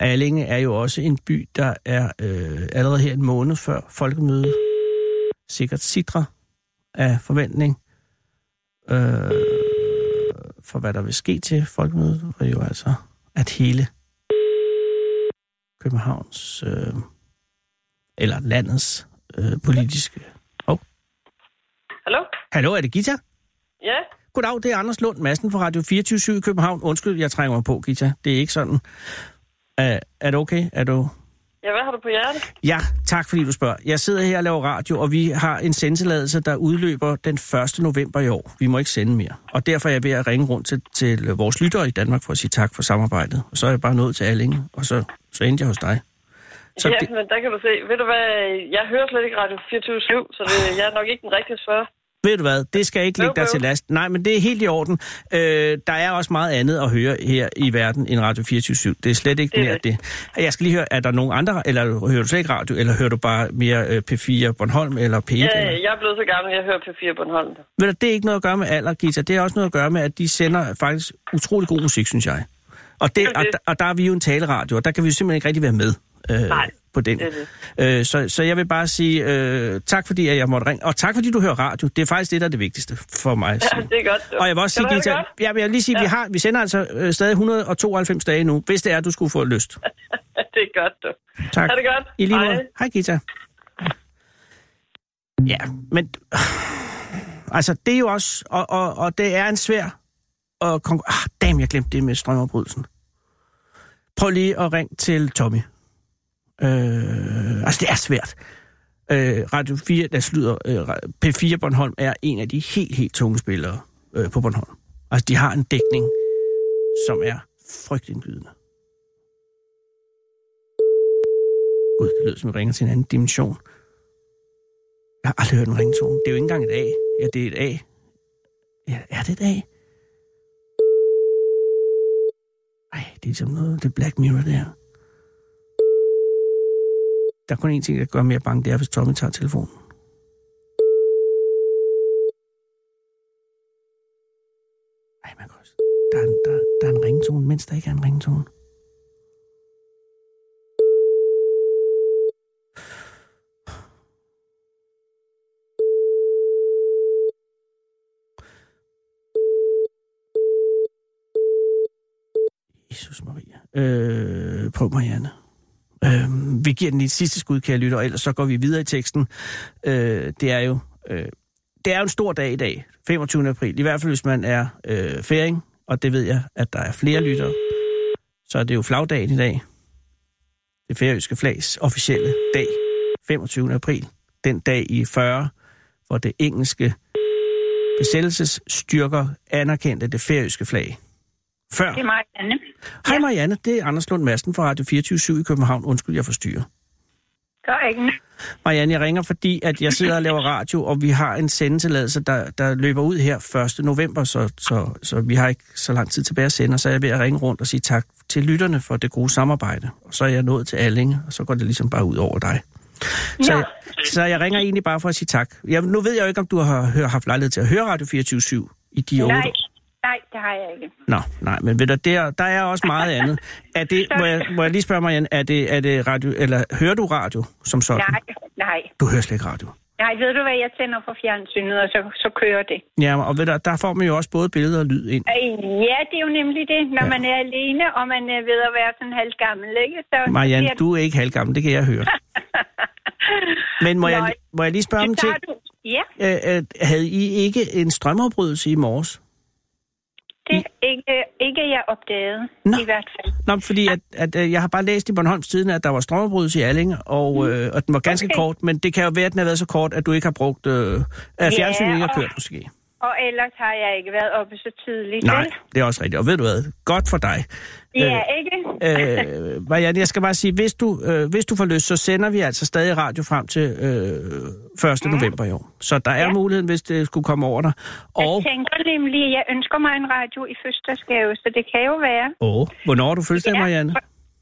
[SPEAKER 3] Allinge er jo også en by, der er øh, allerede her en måned før folkemødet sikkert sidder af forventning øh, for, hvad der vil ske til folkemødet, og jo altså, at hele Københavns øh, eller landets øh, politiske... Hov.
[SPEAKER 6] Hallo?
[SPEAKER 3] Hallo, er det Gita?
[SPEAKER 6] Ja,
[SPEAKER 3] Goddag, det er Anders Lund Madsen fra Radio 24 i København. Undskyld, jeg trænger mig på, Gita. Det er ikke sådan. Er, er det okay? Er du...
[SPEAKER 6] ja hvad har du på hjertet?
[SPEAKER 3] Ja, tak fordi du spørger. Jeg sidder her og laver radio, og vi har en sendtilladelse, der udløber den 1. november i år. Vi må ikke sende mere. Og derfor er jeg ved at ringe rundt til, til vores lyttere i Danmark for at sige tak for samarbejdet. Og så er jeg bare nået til Allinge, og så, så endte jeg hos dig. Så
[SPEAKER 6] ja,
[SPEAKER 3] det,
[SPEAKER 6] men der kan du se. Ved du hvad, jeg hører slet ikke Radio 24-7, så det, jeg er nok ikke den rigtige spørger.
[SPEAKER 3] ved du hvad, det skal ikke ligge
[SPEAKER 6] Øv,
[SPEAKER 3] dig
[SPEAKER 6] øv.
[SPEAKER 3] til last. Nej, men det er helt i orden. Øh, der er også meget andet at høre her i verden end Radio 24 Det er slet ikke
[SPEAKER 6] Det er
[SPEAKER 3] mere det. Jeg skal lige høre, er der nogen andre, eller hører du slet ikke radio, eller hører du bare mere øh, P4 Bornholm eller P1?
[SPEAKER 6] Ja,
[SPEAKER 3] eller?
[SPEAKER 6] jeg er blevet så gammel, jeg hører P4 Bornholm.
[SPEAKER 3] Ved du, det er ikke noget at gøre med alder, Gita. Det er også noget at gøre med, at de sender faktisk utrolig god musik, synes jeg. Og, det,
[SPEAKER 6] Det er
[SPEAKER 3] og,
[SPEAKER 6] det.
[SPEAKER 3] der- og der er vi jo en taleradio, og der kan vi jo simpelthen ikke rigtig være med øh,
[SPEAKER 6] Nej,
[SPEAKER 3] på den.
[SPEAKER 6] det er
[SPEAKER 3] Øh, så, så jeg vil bare sige øh, tak, fordi at jeg måtte ringe. Og tak, fordi du hører radio. Det er faktisk det, der er det vigtigste for mig. at
[SPEAKER 6] Ja,
[SPEAKER 3] sige.
[SPEAKER 6] det er godt.
[SPEAKER 3] Og jeg vil også sige,
[SPEAKER 6] Kan du have det
[SPEAKER 3] Gita,
[SPEAKER 6] godt?
[SPEAKER 3] ja, men jeg vil lige sige, ja. vi, har, vi sender altså øh, stadig 192 dage nu, hvis det er, du skulle få lyst.
[SPEAKER 6] Ja, det er godt, du.
[SPEAKER 3] Tak.
[SPEAKER 6] Ha' det godt.
[SPEAKER 3] I lige måde.
[SPEAKER 6] Hej.
[SPEAKER 3] Hej, Gita. Ja, men... Altså, det er jo også... Og, og, og det er en svær... Og konkur- ah, damn, jeg glemte det med strømopbrydelsen. Prøv lige at ringe til Tommy. Øh, altså, det er svært. Øh, Radio 4, der slutter... Øh, P4 Bornholm er en af de helt, helt tunge spillere øh, på Bornholm. Altså, de har en dækning, som er frygtindgydende. Gud, det lyder som, at ringer til en anden dimension. Jeg har aldrig hørt en ringtone. Det er jo ikke engang et A. Ja, det er et A. Ja, er det et A? ligesom Ej, det er som noget, det er Black Mirror, det her. Der er kun én ting, der gør mere bange, det er, hvis Tommy tager telefonen. Ej, man kan også... Der er, en, der, der er en ringetone, mens der ikke er en ringetone. Jesus Maria. Øh, prøv Marianne. Øh, vi giver den lige et sidste skud, kære lytter, og ellers så går vi videre i teksten. Øh, det er jo... Øh, det er jo en stor dag i dag, 25. april. I hvert fald, hvis man er øh, færing, og det ved jeg, at der er flere lyttere. Så er det jo flagdagen i dag. Det færøske flags officielle dag, 25. april. Den dag i 40, hvor det engelske besættelsesstyrker anerkendte det færøske flag. Før.
[SPEAKER 7] Det er mig, Anne.
[SPEAKER 3] Hej Marianne, det er Anders Lund Madsen fra Radio 24 i København. Undskyld, jeg forstyrrer.
[SPEAKER 7] Der er ikke noget.
[SPEAKER 3] Marianne, jeg ringer, fordi at jeg sidder og laver radio, og vi har en sendetilladelse, der, der løber ud her 1. november, så, så, så vi har ikke så lang tid tilbage at sende, og så er jeg ved at ringe rundt og sige tak til lytterne for det gode samarbejde. Og så er jeg nået til Allinge, og så går det ligesom bare ud over dig. Så,
[SPEAKER 7] Ja.
[SPEAKER 3] jeg, så jeg ringer egentlig bare for at sige tak. Jeg, nu ved jeg jo ikke, om du har hør, haft lejlighed til at høre Radio 24 i de otte
[SPEAKER 7] Nej, nej, det har jeg ikke.
[SPEAKER 3] Nå, nej, men ved du, der, der er også meget andet. Er det, må, jeg, må jeg lige spørge mig, er det, er det radio, eller hører du radio som sådan?
[SPEAKER 7] Nej, nej.
[SPEAKER 3] Du hører slet ikke radio.
[SPEAKER 7] Nej, ved du hvad, jeg tænder for fjernsynet, og så, så kører det.
[SPEAKER 3] Ja, og ved du, der får man jo også både billeder og lyd ind.
[SPEAKER 7] Øh, Ja, det er jo nemlig det,
[SPEAKER 3] Ja.
[SPEAKER 7] når ja. man er alene, og man er ved at være sådan halvt gammel, ikke? Så,
[SPEAKER 3] Marianne,
[SPEAKER 7] så
[SPEAKER 3] du er ikke halvgammel, det kan jeg høre. Men må, jeg,
[SPEAKER 7] Nå,
[SPEAKER 3] må jeg lige spørge om
[SPEAKER 7] så
[SPEAKER 3] til,
[SPEAKER 7] tager du... Ja,
[SPEAKER 3] øh, øh, havde I ikke en strømafbrydelse i morges?
[SPEAKER 7] det er ikke, ikke jeg opdagede,
[SPEAKER 3] Nå.
[SPEAKER 7] i hvert fald.
[SPEAKER 3] Nå, fordi at, at, øh, jeg har bare læst i Bornholms tiden, at der var strømafbrydelse i Allinge, og, øh, og den var ganske
[SPEAKER 7] Mm. Okay.
[SPEAKER 3] kort, men det kan jo være, at den har været så kort, at du ikke har brugt, øh, at fjernsynet ikke har
[SPEAKER 7] og-
[SPEAKER 3] kørt måske.
[SPEAKER 7] Og ellers har jeg ikke været oppe så tidligt.
[SPEAKER 3] Nej,
[SPEAKER 7] vel?
[SPEAKER 3] det er også rigtigt. Og ved du hvad? Godt for dig.
[SPEAKER 7] Ja, ikke?
[SPEAKER 3] Øh, øh, Marianne, jeg skal bare sige, hvis du, øh, hvis du får lyst, så sender vi altså stadig radio frem til øh, 1. Mm. november i år. Så der er ja. muligheden, hvis det skulle komme over dig. Og,
[SPEAKER 7] Jeg tænker nemlig, at jeg ønsker mig en radio i fødselsdagsgave, så det kan jo være.
[SPEAKER 3] og hvornår har du fødselsdag,
[SPEAKER 7] Ja.
[SPEAKER 3] Marianne?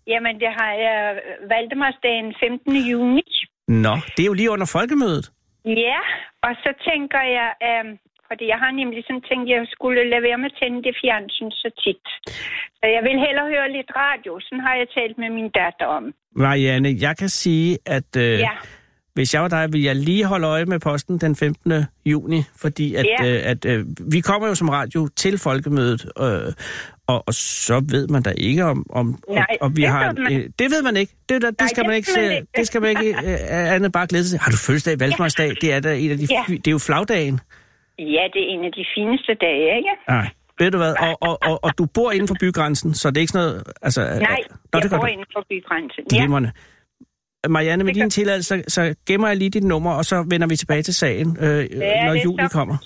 [SPEAKER 7] Jamen, det har jeg øh, Valdemarsdagen 15. juni.
[SPEAKER 3] Nå, det er jo lige under folkemødet.
[SPEAKER 7] Ja, og så tænker jeg, øhm, fordi jeg har nemlig sådan tænkt, at jeg skulle lade være med at tænde det fjernsyn så tit. Så jeg vil hellere høre lidt radio. Sådan har jeg talt med min datter om.
[SPEAKER 3] Marianne, jeg kan sige, at øh, ja.
[SPEAKER 7] Ja.
[SPEAKER 3] hvis jeg var dig, ville jeg lige holde øje med posten den 15. juni, fordi at, ja.
[SPEAKER 7] Ja.
[SPEAKER 3] øh, at øh, vi kommer jo som radio til folkemødet, øh, og, og så ved man da ikke om, om,
[SPEAKER 7] Nej,
[SPEAKER 3] om, om vi
[SPEAKER 7] det
[SPEAKER 3] har...
[SPEAKER 7] ved man
[SPEAKER 3] øh, det ved man ikke. Det, der, det,
[SPEAKER 7] Nej,
[SPEAKER 3] skal man
[SPEAKER 7] det
[SPEAKER 3] ikke,
[SPEAKER 7] ved man
[SPEAKER 3] se-
[SPEAKER 7] ikke.
[SPEAKER 3] det skal man ikke øh, andet bare glæde sig til. Har du fødselsdag, valgmarsdag? Det er da en af de
[SPEAKER 7] Ja.
[SPEAKER 3] fy- det er jo flagdagen.
[SPEAKER 7] Ja, det er en af de fineste dage, ikke?
[SPEAKER 3] Nej. Ved du hvad? Og, og, og, og du bor inden for bygrænsen, så det er ikke sådan noget... Altså,
[SPEAKER 7] Nej,
[SPEAKER 3] Nå,
[SPEAKER 7] jeg
[SPEAKER 3] det gør
[SPEAKER 7] bor
[SPEAKER 3] du.
[SPEAKER 7] inden for bygrænsen. Ja,
[SPEAKER 3] glimrende. Marianne, med
[SPEAKER 7] Det gør-
[SPEAKER 3] din tilladelse, så, så gemmer jeg lige dit nummer, og så vender vi tilbage til sagen, øh, når
[SPEAKER 7] det er
[SPEAKER 3] juli
[SPEAKER 7] så-
[SPEAKER 3] kommer.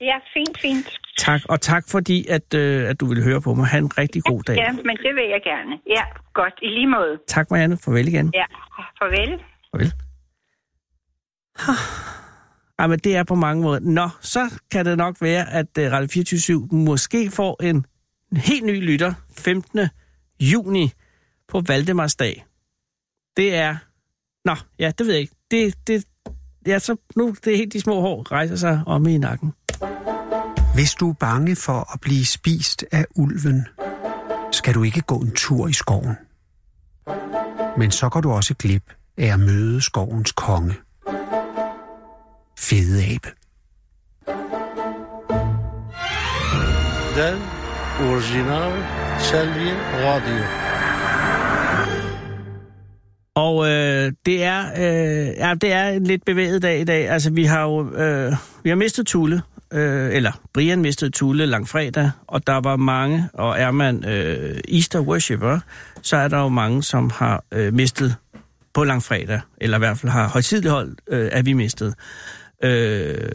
[SPEAKER 7] ja fint, fint.
[SPEAKER 3] Tak, og tak fordi, at, øh, at du ville høre på mig. Ha' en rigtig god dag.
[SPEAKER 7] Ja, men det vil jeg gerne. Ja, godt. I lige måde.
[SPEAKER 3] Tak, Marianne. Farvel igen.
[SPEAKER 7] Ja, farvel.
[SPEAKER 3] Farvel. Ej, men det er på mange måder. Nå, så kan det nok være, at uh, Radio 24 måske får en helt ny lytter 15. juni på Valdemarsdag. Det er... Nå, ja, det ved jeg ikke. Det, det, ja, så nu det er helt de små hår rejser sig om i nakken.
[SPEAKER 1] Hvis du er bange for at blive spist af ulven, skal du ikke gå en tur i skoven. Men så går du også glip af at møde skovens konge. Fede abe.
[SPEAKER 8] Den originale Salvia Radio.
[SPEAKER 3] Og øh, det er øh, ja, det er en lidt bevæget dag i dag. Altså vi har jo øh, vi har mistet Tulle, øh, eller Brian mistede Tulle langfredag, og der var mange, og er man øh, Easter worshipper, så er der jo mange som har øh, mistet på langfredag, eller i hvert fald har højtidligholdt, øh, at vi mistede. Øh,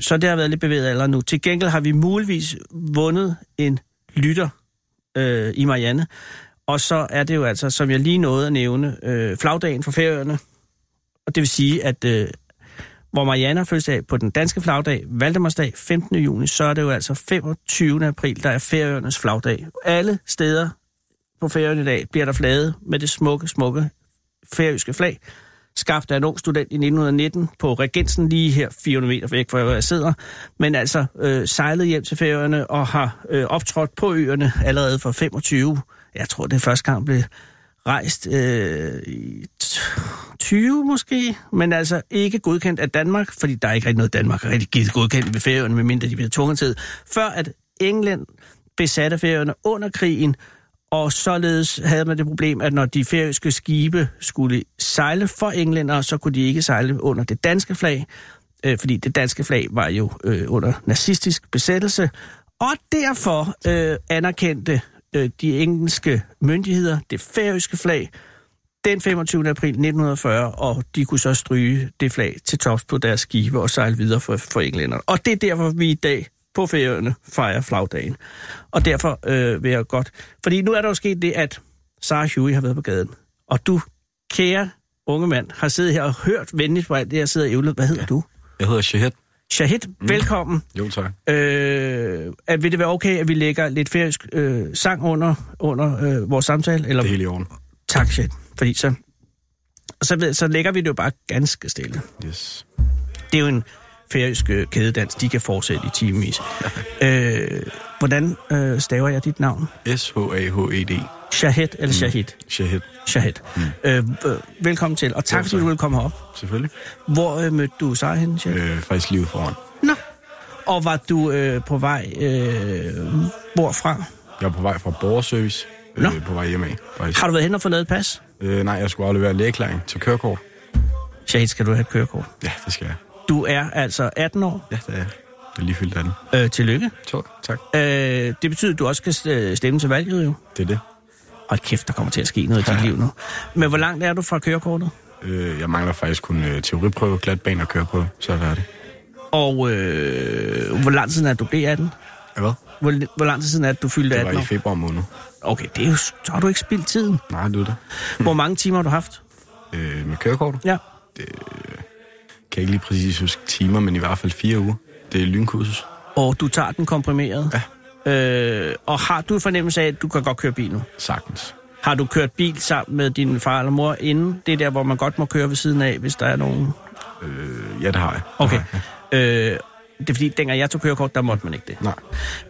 [SPEAKER 3] så det har været lidt bevæget allerede nu. Til gengæld har vi muligvis vundet en lytter øh, i Marianne. Og så er det jo altså, som jeg lige nåede at nævne, øh, flagdagen for færøerne. Og det vil sige, at øh, hvor Marianne har fødselsdag på den danske flagdag, Valdemarsdag 15. juni, så er det jo altså 25. april, der er færøernes flagdag. Alle steder på færøerne i dag bliver der flaget med det smukke, smukke færøske flag, skabt af en ung student i 1919 på Regensen, lige her 400 meter væk fra, hvor jeg sidder, men altså øh, sejlet hjem til færøerne og har øh, optrådt på øerne allerede fra 25. Jeg tror, det er første gang blev rejst øh, i t- 20 måske, men altså ikke godkendt af Danmark, fordi der er ikke rigtig noget Danmark har rigtig givet godkendt ved færøerne, medmindre de bliver tvunget til, før at England besatte færøerne under krigen, og således havde man det problem, at når de færøske skibe skulle sejle for englændere, så kunne de ikke sejle under det danske flag, øh, fordi det danske flag var jo øh, under nazistisk besættelse. Og derfor øh, anerkendte øh, de engelske myndigheder det færøske flag den 25. april 1940, og de kunne så stryge det flag til tops på deres skibe og sejle videre for, for englænderne. Og det er derfor, vi i dag på færøerne fejrer flagdagen. Og derfor øh, vil jeg godt... Fordi nu er der jo sket det, at Sarah Huey har været på gaden. Og du, kære unge mand, har siddet her og hørt venligt på alt det, jeg sidder og ævlet. Hvad hedder du?
[SPEAKER 9] Jeg hedder Mm. Shahed.
[SPEAKER 3] Shahid, velkommen.
[SPEAKER 9] Jo, tak.
[SPEAKER 3] Øh, er, vil det være okay, at vi lægger lidt færøsk øh, sang under, under øh, vores samtale? Eller?
[SPEAKER 9] Det er helt i orden.
[SPEAKER 3] Tak, Shahid. Fordi så, så, ved, så lægger vi det jo bare ganske stille.
[SPEAKER 9] Yes.
[SPEAKER 3] Det er jo en færøsk øh, kædedans, de kan fortsætte i timevis. øh, hvordan øh, staver jeg dit navn?
[SPEAKER 9] S-H-A-H-E-D.
[SPEAKER 3] Shahid
[SPEAKER 9] Mm.
[SPEAKER 3] eller Shahid?
[SPEAKER 9] E Shahed.
[SPEAKER 3] Shahid. Mm. Øh, øh, velkommen til, og tak
[SPEAKER 9] Jo,
[SPEAKER 3] fordi
[SPEAKER 9] tak.
[SPEAKER 3] du ville komme herop.
[SPEAKER 9] Selvfølgelig.
[SPEAKER 3] Hvor øh, mødte du Sara henne, Shahid?
[SPEAKER 9] Øh, faktisk livet foran.
[SPEAKER 3] Nå. Og var du øh, på vej øh, hvorfra?
[SPEAKER 9] Jeg er på vej fra borgerservice.
[SPEAKER 3] Nå.
[SPEAKER 9] Øh, på vej hjemme af, faktisk.
[SPEAKER 3] Har du været hen og fået lavet et pas?
[SPEAKER 9] Øh, nej, jeg skulle aflevere lægeklaring til kørekort.
[SPEAKER 3] Shahid, skal du have et kørekort?
[SPEAKER 9] Ja, det skal jeg.
[SPEAKER 3] Du er altså 18 år.
[SPEAKER 9] Ja, det er jeg. Det er lige fyldt af den.
[SPEAKER 3] Øh, tillykke.
[SPEAKER 9] Tak.
[SPEAKER 3] Øh, det betyder, at du også skal øh, stemme til valget jo.
[SPEAKER 9] Det er det.
[SPEAKER 3] Og kæft, der kommer til at ske noget i dit liv nu. Men hvor langt er du fra kørekortet?
[SPEAKER 9] Øh, jeg mangler faktisk kun øh, teoriprøve, glatbane og køreprøve. Så er jeg færdig.
[SPEAKER 3] Og øh, hvor lang tid siden er det, du blev 18?
[SPEAKER 9] Ja, hvad?
[SPEAKER 3] Hvor, hvor lang tid siden er det, du fyldte
[SPEAKER 9] Det
[SPEAKER 3] 18
[SPEAKER 9] var
[SPEAKER 3] år?
[SPEAKER 9] i februar måned.
[SPEAKER 3] Okay, det er jo, så har du ikke spildt tiden.
[SPEAKER 9] Nej, det er det.
[SPEAKER 3] Hvor mange timer har du haft?
[SPEAKER 9] Øh, med kørekort?
[SPEAKER 3] Ja.
[SPEAKER 9] Kan jeg ikke lige præcis huske timer, men i hvert fald fire uger. Det er lynkursus.
[SPEAKER 3] Og du tager den komprimeret? Ja. Øh, og har du en fornemmelse af, at du kan godt køre bil nu?
[SPEAKER 9] Sagtens.
[SPEAKER 3] Har du kørt bil sammen med din far eller mor inden? Det er der, hvor man godt må køre ved siden af, hvis der er nogen.
[SPEAKER 9] Øh, ja, det har jeg. Det
[SPEAKER 3] Okay.
[SPEAKER 9] har jeg.
[SPEAKER 3] Øh, det er fordi, dengang jeg tog kørekort, der måtte man ikke det.
[SPEAKER 9] Nej,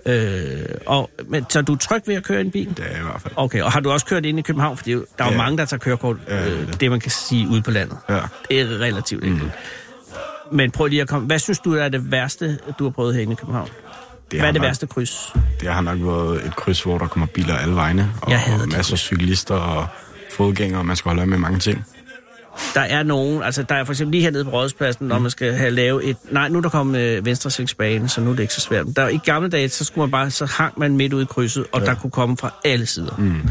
[SPEAKER 3] Øh, og, men, så er du tryg ved at køre en bil?
[SPEAKER 9] det er jeg i hvert fald.
[SPEAKER 3] Okay, og har du også kørt ind i København? Fordi der er jo
[SPEAKER 9] Ja.
[SPEAKER 3] mange, der tager kørekort,
[SPEAKER 9] Ja, det er
[SPEAKER 3] øh,
[SPEAKER 9] det.
[SPEAKER 3] det man kan sige, ude på landet.
[SPEAKER 9] Ja. Mm.
[SPEAKER 3] Det er relativt enkelt. Men prøv lige at komme. Hvad synes du er det værste, du har prøvet herinde i København?
[SPEAKER 9] Det
[SPEAKER 3] Hvad
[SPEAKER 9] har
[SPEAKER 3] er det
[SPEAKER 9] nok,
[SPEAKER 3] værste kryds?
[SPEAKER 9] Det har nok været et kryds, hvor der kommer biler alle vegne. Og
[SPEAKER 3] Jeg hader
[SPEAKER 9] og
[SPEAKER 3] det
[SPEAKER 9] masser af cyklister og fodgængere, og man skal holde øje med mange ting.
[SPEAKER 3] Der er nogen, altså der er for eksempel lige hernede på Rådhuspladsen, når man skal have lavet et... Nej, nu er der kommet øh, venstresvingsbanen, så nu er det ikke så svært. Men Der, I gamle dage, så, skulle man bare, så hang man midt ude i krydset, og ja. der kunne komme fra alle sider. Mm.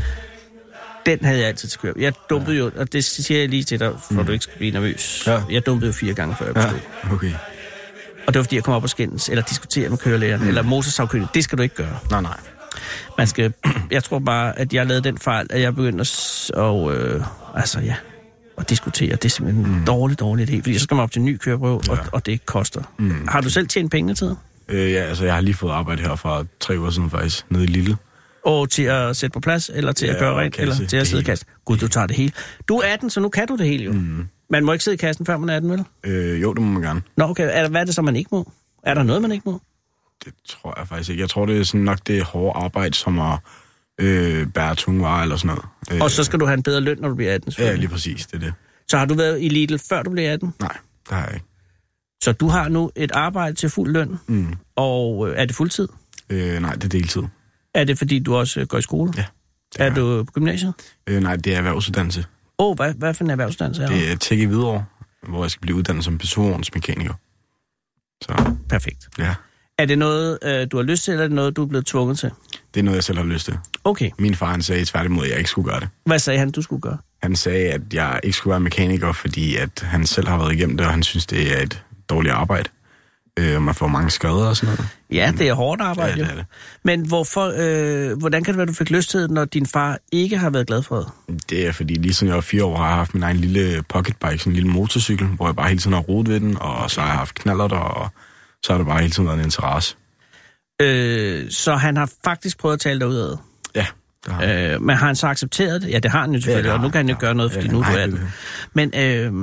[SPEAKER 3] Den havde jeg altid til køb. Jeg dumpede jo, og det siger jeg lige til dig, for mm. du ikke skal blive nervøs.
[SPEAKER 9] Ja.
[SPEAKER 3] Jeg dumpede jo fire gange, før jeg
[SPEAKER 9] Ja,
[SPEAKER 3] bestod.
[SPEAKER 9] okay.
[SPEAKER 3] Og det var fordi, jeg kom op og skændes, eller diskuterede med kørelægerne, mm. eller motorsavkyndige. Det skal du ikke gøre.
[SPEAKER 9] Nej, nej.
[SPEAKER 3] Man skal, jeg tror bare, at jeg lavede den fejl, at jeg begyndte at, s- og, øh, altså, ja, at diskutere. Det er simpelthen
[SPEAKER 9] Mm.
[SPEAKER 3] en dårlig, dårlig idé, fordi så skal man op til en ny køreprøve, ja. og, og det koster. Mm. Har du selv tjent penge til det?
[SPEAKER 9] Øh, ja, altså, jeg har lige fået arbejde her for tre uger siden faktisk, nede i Lille.
[SPEAKER 3] Og til at sætte på plads, eller til ja,
[SPEAKER 9] Ja,
[SPEAKER 3] at gøre
[SPEAKER 9] og
[SPEAKER 3] rent,
[SPEAKER 9] kasse.
[SPEAKER 3] eller til at
[SPEAKER 9] Det
[SPEAKER 3] sidde i
[SPEAKER 9] hele.
[SPEAKER 3] kassen. Gud, du tager det hele. Du er 18, så nu kan du det hele jo. Mm. Man må ikke sidde i kassen, før man er 18, vel?
[SPEAKER 9] Øh, jo, det må man gerne.
[SPEAKER 3] Nå, okay. Er der, hvad er det så, man ikke må? Er der noget, man ikke må?
[SPEAKER 9] Det tror jeg faktisk ikke. Jeg tror, det er sådan nok det hårde arbejde, som at øh, bære tunge varer eller sådan noget. Øh,
[SPEAKER 3] Og så skal du have en bedre løn, når du bliver 18.
[SPEAKER 9] Ja,
[SPEAKER 3] selvfølgelig.
[SPEAKER 9] lige præcis, det er det.
[SPEAKER 3] Så har du været i Lidl, før du blev 18?
[SPEAKER 9] Nej, det har jeg ikke.
[SPEAKER 3] Så du har nu et arbejde til fuld løn, mm. og øh, er det fuldtid?
[SPEAKER 9] Øh, nej, det er deltid.
[SPEAKER 3] Er det, fordi du også øh, går i skole?
[SPEAKER 9] Ja.
[SPEAKER 3] Er du på gymnasiet?
[SPEAKER 9] Øh, nej, det er erhvervsuddannelse.
[SPEAKER 3] Åh, oh, hvad, hvad for en erhvervsuddannelse er det?
[SPEAKER 9] Det er tæk i Hvidovre, hvor jeg skal blive uddannet som personvognsmekaniker. Så
[SPEAKER 3] Perfekt.
[SPEAKER 9] ja,
[SPEAKER 3] Er det noget, øh, du har lyst til, eller er det noget, du er blevet tvunget til?
[SPEAKER 9] det er noget, jeg selv har lyst til.
[SPEAKER 3] Okay.
[SPEAKER 9] Min far han sagde tværtimod, at jeg ikke skulle gøre det.
[SPEAKER 3] Hvad sagde han, du skulle gøre?
[SPEAKER 9] Han sagde, at jeg ikke skulle være mekaniker, fordi at han selv har været igennem det, og han synes, det er et dårligt arbejde. Øh, og man får mange skader og sådan noget.
[SPEAKER 3] Ja, det er hårdt arbejde.
[SPEAKER 9] Mm. Ja, det er det.
[SPEAKER 3] Men hvorfor, øh, hvordan kan det være, du fik lyst til det, når din far ikke har været glad for det?
[SPEAKER 9] Det er fordi, lige siden jeg var fire år, har jeg haft min egen lille pocketbike, sådan en lille motorcykel, hvor jeg bare hele tiden har rodet ved den, og så har jeg haft knallerter, og så har det bare hele tiden været en interesse.
[SPEAKER 3] Øh, så han har faktisk prøvet at tale dig ud af det.
[SPEAKER 9] Ja, Det har
[SPEAKER 3] Øh, men har han så accepteret det? Ja, det har han jo selvfølgelig,
[SPEAKER 9] det
[SPEAKER 3] ja,
[SPEAKER 9] har
[SPEAKER 3] og nu
[SPEAKER 9] han,
[SPEAKER 3] kan han jo
[SPEAKER 9] ja.
[SPEAKER 3] gøre noget, fordi
[SPEAKER 9] Ja,
[SPEAKER 3] nu er
[SPEAKER 9] nej,
[SPEAKER 3] du 18.
[SPEAKER 9] det
[SPEAKER 3] Men, øh,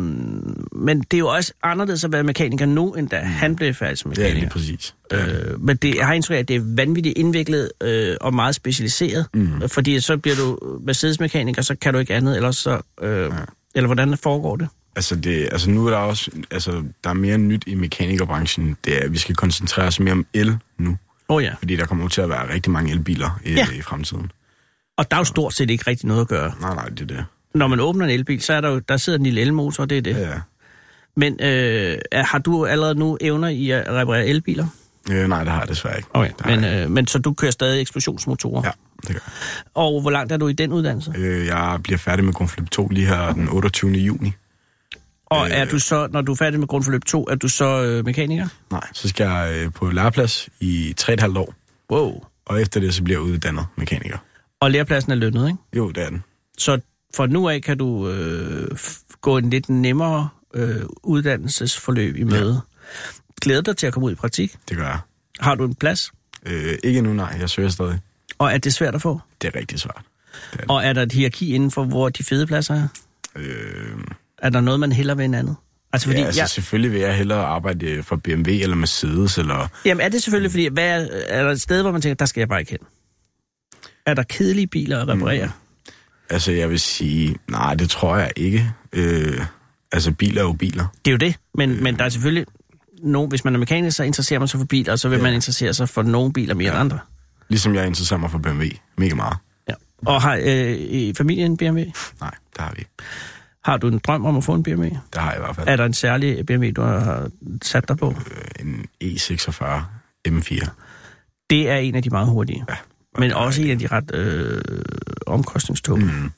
[SPEAKER 3] men det er jo også anderledes at være mekaniker nu, end da han blev færdig som
[SPEAKER 9] Det er Mm. lige
[SPEAKER 3] mekaniker.
[SPEAKER 9] præcis.
[SPEAKER 3] Øh, men det, jeg har indtryk af, at det er vanvittigt indviklet øh, og meget specialiseret, mm. fordi så bliver du Mercedes-mekaniker, så kan du ikke andet, eller så... Øh, ja. Eller hvordan foregår det?
[SPEAKER 9] Altså, det, altså nu er der også, altså, der er mere nyt i mekanikerbranchen. Det er, at vi skal koncentrere os mere om el nu,
[SPEAKER 3] Åh oh, ja,
[SPEAKER 9] fordi der kommer jo til at være rigtig mange elbiler i,
[SPEAKER 3] Ja.
[SPEAKER 9] ja. i fremtiden.
[SPEAKER 3] og der er jo stort set ikke rigtig noget at gøre.
[SPEAKER 9] Nej, nej, det er det.
[SPEAKER 3] Når man åbner en elbil, så er der jo, der sidder en lille elmotor, det er det.
[SPEAKER 9] Ja, ja.
[SPEAKER 3] Men øh, er- har du allerede nu evner i at reparere elbiler?
[SPEAKER 9] Øh, nej, det har jeg desværre ikke. Det har
[SPEAKER 3] Men,
[SPEAKER 9] jeg.
[SPEAKER 3] øh, men så du kører stadig eksplosionsmotorer?
[SPEAKER 9] Ja, det gør jeg.
[SPEAKER 3] Og hvor langt er du i den uddannelse?
[SPEAKER 9] Øh, jeg bliver færdig med grundforløb 2 lige her den 28. juni.
[SPEAKER 3] Og er
[SPEAKER 9] øh,
[SPEAKER 3] du så, når du er færdig med grundforløb 2, er du så øh, mekaniker?
[SPEAKER 9] Nej, så skal jeg øh, på læreplads i 3,5 år,
[SPEAKER 3] Wow.
[SPEAKER 9] og efter det så bliver jeg uddannet mekaniker.
[SPEAKER 3] Og lærepladsen er lønnet, ikke?
[SPEAKER 9] Jo, det er den.
[SPEAKER 3] Så fra nu af kan du øh, f- gå en lidt nemmere øh, uddannelsesforløb i møde. Ja. Glæder dig til at komme ud i praktik?
[SPEAKER 9] Det gør jeg.
[SPEAKER 3] Har du en plads?
[SPEAKER 9] Øh, ikke nu, nej. Jeg søger stadig.
[SPEAKER 3] Og er det svært at få?
[SPEAKER 9] Det er rigtig svært.
[SPEAKER 3] Og er der et hierarki inden for, hvor de fede pladser er?
[SPEAKER 9] Øh,
[SPEAKER 3] Er der noget, man hælder ved en anden? Altså, fordi
[SPEAKER 9] ja, altså
[SPEAKER 3] jeg,
[SPEAKER 9] selvfølgelig vil jeg hellere arbejde øh, for BMW eller Mercedes, eller
[SPEAKER 3] Jamen er det selvfølgelig, fordi hvad er, er der et sted, hvor man tænker, der skal jeg bare ikke hen? Er der kedelige biler at reparere? Mm.
[SPEAKER 9] altså jeg vil sige, nej, det tror jeg ikke. Øh, altså biler er jo biler.
[SPEAKER 3] Det er jo det, men, øh. men der er selvfølgelig... No, hvis man er mekaniker, så interesserer man sig for biler, og så vil ja. man interessere sig for nogle biler mere ja. end andre.
[SPEAKER 9] Ligesom jeg interesserer mig for BMW. Mega meget.
[SPEAKER 3] Ja. Og har øh, i familien en BMW?
[SPEAKER 9] Nej, det har vi ikke.
[SPEAKER 3] Har du en drøm om at få en BMW?
[SPEAKER 9] Det har jeg i hvert fald.
[SPEAKER 3] Er der en særlig BMW, du har sat dig på?
[SPEAKER 9] En E E46 M4.
[SPEAKER 3] Det er en af de meget hurtige.
[SPEAKER 9] Ja.
[SPEAKER 3] Men også en af de ret øh, omkostningstunge. Mm.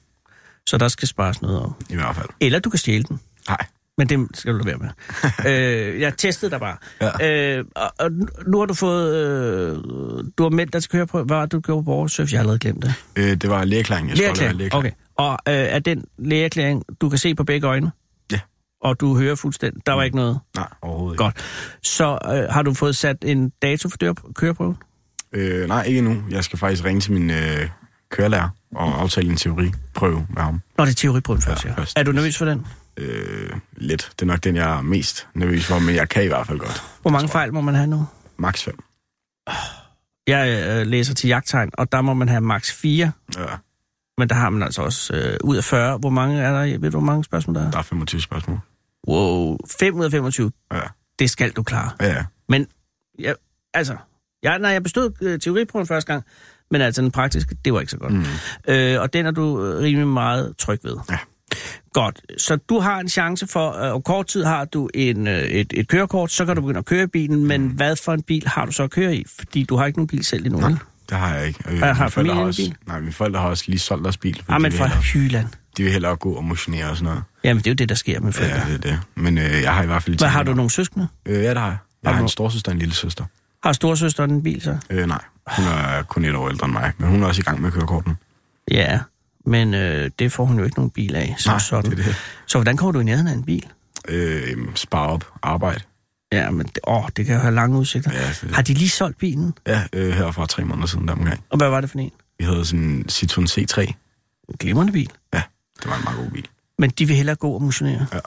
[SPEAKER 3] Så der skal spares noget om.
[SPEAKER 9] I hvert fald.
[SPEAKER 3] Eller du kan stjæle den.
[SPEAKER 9] Nej.
[SPEAKER 3] Men det skal du lade være med. øh, jeg testede dig bare. Ja. Øh, og, og nu har du fået... Øh, du har meldt dig til køre på... Hvad var det, du gjorde på Borgersurf? Jeg har allerede glemt det.
[SPEAKER 9] Øh, det var lægeklaringen, jeg skulle lave.
[SPEAKER 3] Lægeerklæring. Okay. Og øh, er den lægeerklæring, du kan se på begge øjne?
[SPEAKER 9] Ja.
[SPEAKER 3] Og du hører fuldstændig... Der var ikke noget?
[SPEAKER 9] Nej, overhovedet ikke.
[SPEAKER 3] Godt. Så øh, har du fået sat en dato for dør- køreprøven?
[SPEAKER 9] Øh, nej, ikke nu. Jeg skal faktisk ringe til min øh, kørelærer og aftale en teoriprøve med ham.
[SPEAKER 3] Nå, det er teoriprøven først,
[SPEAKER 9] Ja,
[SPEAKER 3] ja.
[SPEAKER 9] først.
[SPEAKER 3] Er du nervøs for den?
[SPEAKER 9] Øh, lidt. Det er nok den, jeg er mest nervøs for, men jeg kan i hvert fald godt.
[SPEAKER 3] Hvor mange fejl må man have nu?
[SPEAKER 9] Max 5.
[SPEAKER 3] Jeg øh, læser til jagttegn, og der må man have maks 4.
[SPEAKER 9] Ja,
[SPEAKER 3] Men der har man altså også øh, ud af 40. Hvor mange er der? i- Ved du, hvor mange spørgsmål der er?
[SPEAKER 9] der er 25 spørgsmål.
[SPEAKER 3] Wow, 5 ud af 25.
[SPEAKER 9] Ja,
[SPEAKER 3] Det skal du klare.
[SPEAKER 9] ja, ja.
[SPEAKER 3] Men, jeg, altså, jeg, nej, jeg bestod øh, teoriprøven første gang, men altså den praktiske, det var ikke så godt. Mm. Øh, og den er du øh, rimelig meget tryg ved.
[SPEAKER 9] Ja.
[SPEAKER 3] Godt, så du har en chance for, øh, og kort tid har du en, øh, et, et kørekort, så kan du begynde at køre i bilen, men
[SPEAKER 9] Mm.
[SPEAKER 3] hvad for en bil har du så at køre i? Fordi du har ikke nogen bil selv endnu. Nej,
[SPEAKER 9] Det har jeg ikke. Øh,
[SPEAKER 3] har
[SPEAKER 9] mine forældre
[SPEAKER 3] familien en
[SPEAKER 9] også,
[SPEAKER 3] bil?
[SPEAKER 9] Nej, mine forældre har også lige solgt deres bil. fordi
[SPEAKER 3] ah, men
[SPEAKER 9] de,
[SPEAKER 3] fra
[SPEAKER 9] vil hellere,
[SPEAKER 3] Hyland.
[SPEAKER 9] de vil hellere gå og motionere og sådan noget.
[SPEAKER 3] Jamen, det er jo det, der sker med forældre.
[SPEAKER 9] Ja, det er det. Men øh, jeg har i hvert fald...
[SPEAKER 3] Hvad har du nogle søskende?
[SPEAKER 9] Øh, ja, det har jeg. Jeg
[SPEAKER 3] Har
[SPEAKER 9] har,
[SPEAKER 3] du-
[SPEAKER 9] en storsøster og en lille søster.
[SPEAKER 3] Har storsøsteren en bil så?
[SPEAKER 9] Øh, nej, hun er kun et år ældre end mig, men hun er også i gang med at køre korten.
[SPEAKER 3] Ja, men øh, det får hun jo ikke nogen bil af. Så,
[SPEAKER 9] Nej,
[SPEAKER 3] sådan.
[SPEAKER 9] det er det.
[SPEAKER 3] så hvordan kommer du i nærheden af en bil?
[SPEAKER 9] Øh, spare op, arbejde.
[SPEAKER 3] Ja, men det, åh, det kan jo have lange udsigter.
[SPEAKER 9] Ja, det-
[SPEAKER 3] Har de lige solgt bilen?
[SPEAKER 9] Ja, øh, her for tre måneder siden der omkring.
[SPEAKER 3] Og hvad var det for en?
[SPEAKER 9] Vi havde sådan en Citroen C3.
[SPEAKER 3] En glimrende bil.
[SPEAKER 9] Ja, det var en meget god bil.
[SPEAKER 3] Men de vil hellere gå og motionere.
[SPEAKER 9] Ja.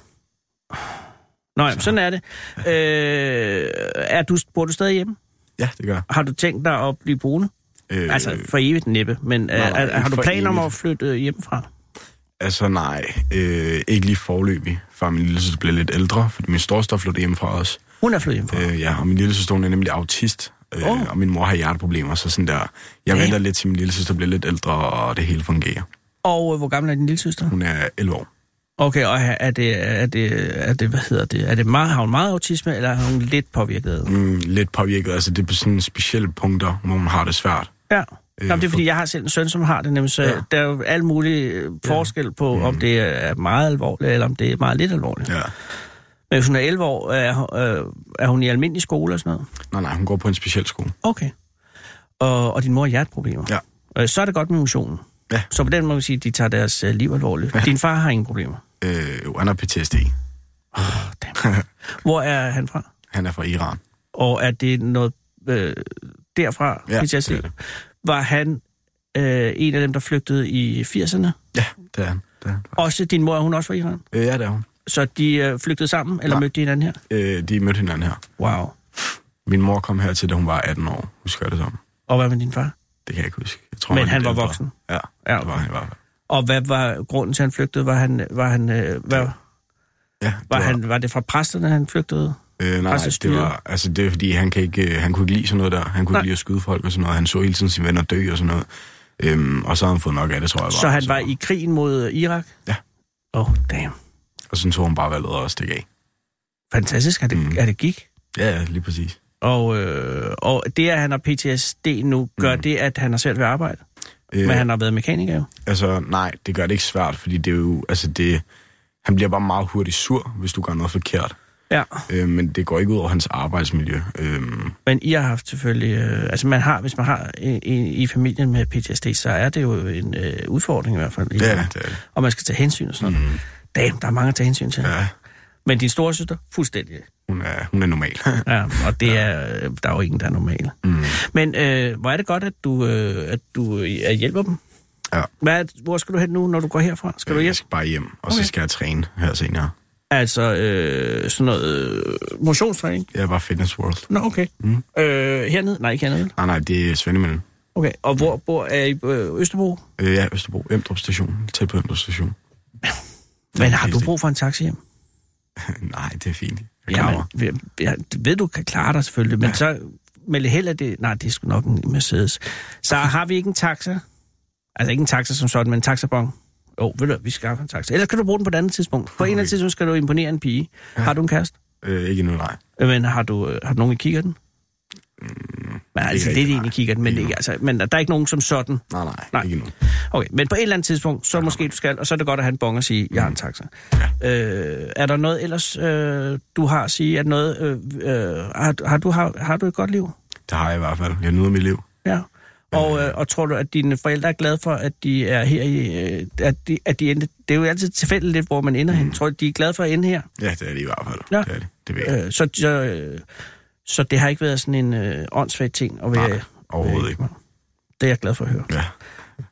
[SPEAKER 3] Nå, jamen, sådan er det. Øh, er du, bor du stadig hjemme?
[SPEAKER 9] Ja, det gør jeg.
[SPEAKER 3] Har du tænkt dig at blive boende?
[SPEAKER 9] øh,
[SPEAKER 3] Øh, altså, for evigt næppe, men nej,
[SPEAKER 9] nej,
[SPEAKER 3] er,
[SPEAKER 9] ikke
[SPEAKER 3] har du
[SPEAKER 9] for
[SPEAKER 3] planer om
[SPEAKER 9] evigt.
[SPEAKER 3] at flytte øh, hjemmefra?
[SPEAKER 9] Altså nej, øh, ikke lige forløbig, for min lille søster bliver lidt ældre, fordi min storstor flyttede hjemmefra os.
[SPEAKER 3] Hun er flyttet hjemmefra. Øh.
[SPEAKER 9] Øh, ja, og min lille søster, hun er nemlig autist, øh,
[SPEAKER 3] Åh.
[SPEAKER 9] oh. og min mor har hjerteproblemer, så sådan der, jeg
[SPEAKER 3] Damn.
[SPEAKER 9] venter lidt til min lille søster bliver lidt ældre, og det hele fungerer.
[SPEAKER 3] Og øh, hvor gammel er din lille søster?
[SPEAKER 9] Hun er 11 år.
[SPEAKER 3] Okay, og er er det, er det, er det hvad hedder det, er det meget, har hun meget autisme, eller er hun lidt påvirket? af det?
[SPEAKER 9] Mm, lidt påvirket, altså det er på sådan specielle punkter, hvor hun har det svært.
[SPEAKER 3] Ja.
[SPEAKER 9] Øh,
[SPEAKER 3] Nå, men det er
[SPEAKER 9] for-
[SPEAKER 3] fordi, jeg har selv en søn, som har det nemlig, så ja.
[SPEAKER 9] Ja. Mm.
[SPEAKER 3] der er jo alle mulige øh, forskel på, om det er meget alvorligt, eller om det er meget lidt alvorligt. Ja.
[SPEAKER 9] Ja.
[SPEAKER 3] Men hvis hun er 11 år, er, hun- øh, er hun i almindelig skole og sådan noget?
[SPEAKER 9] Nej, nej, hun går på en speciel skole.
[SPEAKER 3] Okay. Og, og din mor har hjerteproblemer?
[SPEAKER 9] Ja.
[SPEAKER 3] Øh, Så er det godt med motionen.
[SPEAKER 9] Ja.
[SPEAKER 3] Så på den måde kan vi sige, at de tager deres øh, liv alvorligt. Ja. Din far har ingen problemer.
[SPEAKER 9] Øh, jo, han har PTSD.
[SPEAKER 3] Damn. Hvor er han fra?
[SPEAKER 9] Han er fra Iran.
[SPEAKER 3] Og er det noget øh, derfra?
[SPEAKER 9] Ja,
[SPEAKER 3] hvis jeg
[SPEAKER 9] det er
[SPEAKER 3] siger? Var han øh, en af dem, der flygtede i 80'erne.
[SPEAKER 9] Ja, det er han. Det er han.
[SPEAKER 3] Også din mor, er hun også fra Iran?
[SPEAKER 9] Øh, ja, det er hun.
[SPEAKER 3] Så de øh, flygtede sammen, eller
[SPEAKER 9] Nej.
[SPEAKER 3] mødte de hinanden her?
[SPEAKER 9] Øh, de mødte hinanden her.
[SPEAKER 3] Wow.
[SPEAKER 9] Min mor kom hertil, da hun var 18 år, husker jeg det som.
[SPEAKER 3] Og hvad med din far?
[SPEAKER 9] Det kan jeg ikke huske. Jeg tror,
[SPEAKER 3] Men
[SPEAKER 9] er
[SPEAKER 3] han
[SPEAKER 9] lidt
[SPEAKER 3] var
[SPEAKER 9] ældre.
[SPEAKER 3] voksen?
[SPEAKER 9] Ja,
[SPEAKER 3] Ja,
[SPEAKER 9] det var han i hvert fald.
[SPEAKER 3] Og hvad var grunden til, at han flygtede? Var han, var han, øh, hvad,
[SPEAKER 9] Ja, det
[SPEAKER 3] var, han, var det fra præsterne, han flygtede?
[SPEAKER 9] Øh, nej, nej, det
[SPEAKER 3] Præstestyret?
[SPEAKER 9] var, altså det er fordi, han, kan ikke, øh, han kunne ikke lide sådan noget der. Han kunne
[SPEAKER 3] Nej.
[SPEAKER 9] ikke lide at skyde folk og sådan noget. Han så hele tiden sine venner dø og sådan noget. Øhm, og så havde han fået nok af det, tror jeg.
[SPEAKER 3] Så han var i krigen mod øh, Irak?
[SPEAKER 9] Ja.
[SPEAKER 3] Åh, oh, damn.
[SPEAKER 9] Og sådan tog han bare valget og stikke af.
[SPEAKER 3] Fantastisk, at det,
[SPEAKER 9] Mm.
[SPEAKER 3] mm. at det gik.
[SPEAKER 9] Ja, ja, lige præcis.
[SPEAKER 3] Og, øh, og det, at han har PTSD nu, gør mm. det, at han har svært ved at arbejde?
[SPEAKER 9] Øh,
[SPEAKER 3] Men han har været mekaniker jo.
[SPEAKER 9] Altså, nej, det gør det ikke svært, fordi det er jo... Altså, det, han bliver bare meget hurtigt sur, hvis du gør noget forkert.
[SPEAKER 3] Ja,
[SPEAKER 9] Øh, men det går ikke ud over hans arbejdsmiljø. Øh,
[SPEAKER 3] men I har haft selvfølgelig... Øh, altså, man har, hvis man har en, en, i familien med PTSD, så er det jo en øh, udfordring i hvert fald.
[SPEAKER 9] det er det. det, er det.
[SPEAKER 3] Og man skal tage hensyn og sådan noget.
[SPEAKER 9] Mm,
[SPEAKER 3] Damn, der er mange at tage hensyn til.
[SPEAKER 9] ja,
[SPEAKER 3] Men din storesøster, fuldstændig.
[SPEAKER 9] hun er, hun er normal.
[SPEAKER 3] Ja, og det er, øh, der er jo ingen, der er normal.
[SPEAKER 9] mm.
[SPEAKER 3] Men øh, hvor er det godt, at du, øh, at du øh, at hjælper dem?
[SPEAKER 9] Ja. Øh.
[SPEAKER 3] Hvad, er- hvor skal du hen nu, når du går herfra? Skal du hjem?
[SPEAKER 9] Jeg skal bare hjem, og okay. så
[SPEAKER 3] Okay.
[SPEAKER 9] skal jeg træne her senere.
[SPEAKER 3] Altså øh, sådan noget øh, motionstræning?
[SPEAKER 9] Jeg var Fitness World.
[SPEAKER 3] Nå, okay.
[SPEAKER 9] Mm.
[SPEAKER 3] Øh, hernede? Nej, ikke hernede.
[SPEAKER 9] Nej, nej, det er Svendemøllen.
[SPEAKER 3] Okay, og hvor bor er I? Øh, Østerbro?
[SPEAKER 9] Øh, ja, Østerbro. Emdrup station. Tæt på Emdrup station.
[SPEAKER 3] Men har du
[SPEAKER 9] det-
[SPEAKER 3] brug for en taxi hjem?
[SPEAKER 9] Nej, det er fint. Jeg klarer mig.
[SPEAKER 3] ved, ja, det ved du kan klare dig selvfølgelig, men ja. så melde held af det. Nej, det er sgu nok en Mercedes. Så har vi ikke en taxa? Altså ikke en taxa som sådan, men en taxabon. Jo, ved du, hvad, vi skaffer en taxa. Ellers kan du bruge den på et andet tidspunkt. På okay. en eller anden tidspunkt skal du imponere en pige. Ja. Har du en kæreste?
[SPEAKER 9] Øh, ikke endnu, nej.
[SPEAKER 3] Øh, Men har du, øh, har du nogen i kigger den? Mm, men altså, det er
[SPEAKER 9] rigtig,
[SPEAKER 3] det
[SPEAKER 9] nej.
[SPEAKER 3] egentlig kigger den, men,
[SPEAKER 9] Ikke
[SPEAKER 3] ikke, altså, men der er ikke nogen som sådan.
[SPEAKER 9] Nej, nej,
[SPEAKER 3] Nej.
[SPEAKER 9] nej. ikke endnu.
[SPEAKER 3] Okay, men på et eller andet tidspunkt, så måske du skal, og så er det godt at have en bong og sige, jeg har en taxa. Øh, er der noget ellers, øh, du har at sige? Er der noget, øh, øh, har, har, du, har, har du et godt liv?
[SPEAKER 9] Det har jeg i hvert fald. Jeg nyder mit liv.
[SPEAKER 3] Ja. Og, øh, og tror du, at dine forældre er glade for, at de er her i... Øh, at, de, at de endte, det er jo altid tilfældigt lidt, hvor man ender mm. hen. Tror du, de er glade for at ende her?
[SPEAKER 9] Ja, det er det i hvert fald.
[SPEAKER 3] Ja.
[SPEAKER 9] Ja. Det er det. Det ved jeg.
[SPEAKER 3] Øh, så, så, øh, så det har ikke været sådan en øh, åndssvag ting at være...
[SPEAKER 9] Nej, overhovedet ikke.
[SPEAKER 3] Det Øh, er jeg glad for at høre.
[SPEAKER 9] Ja,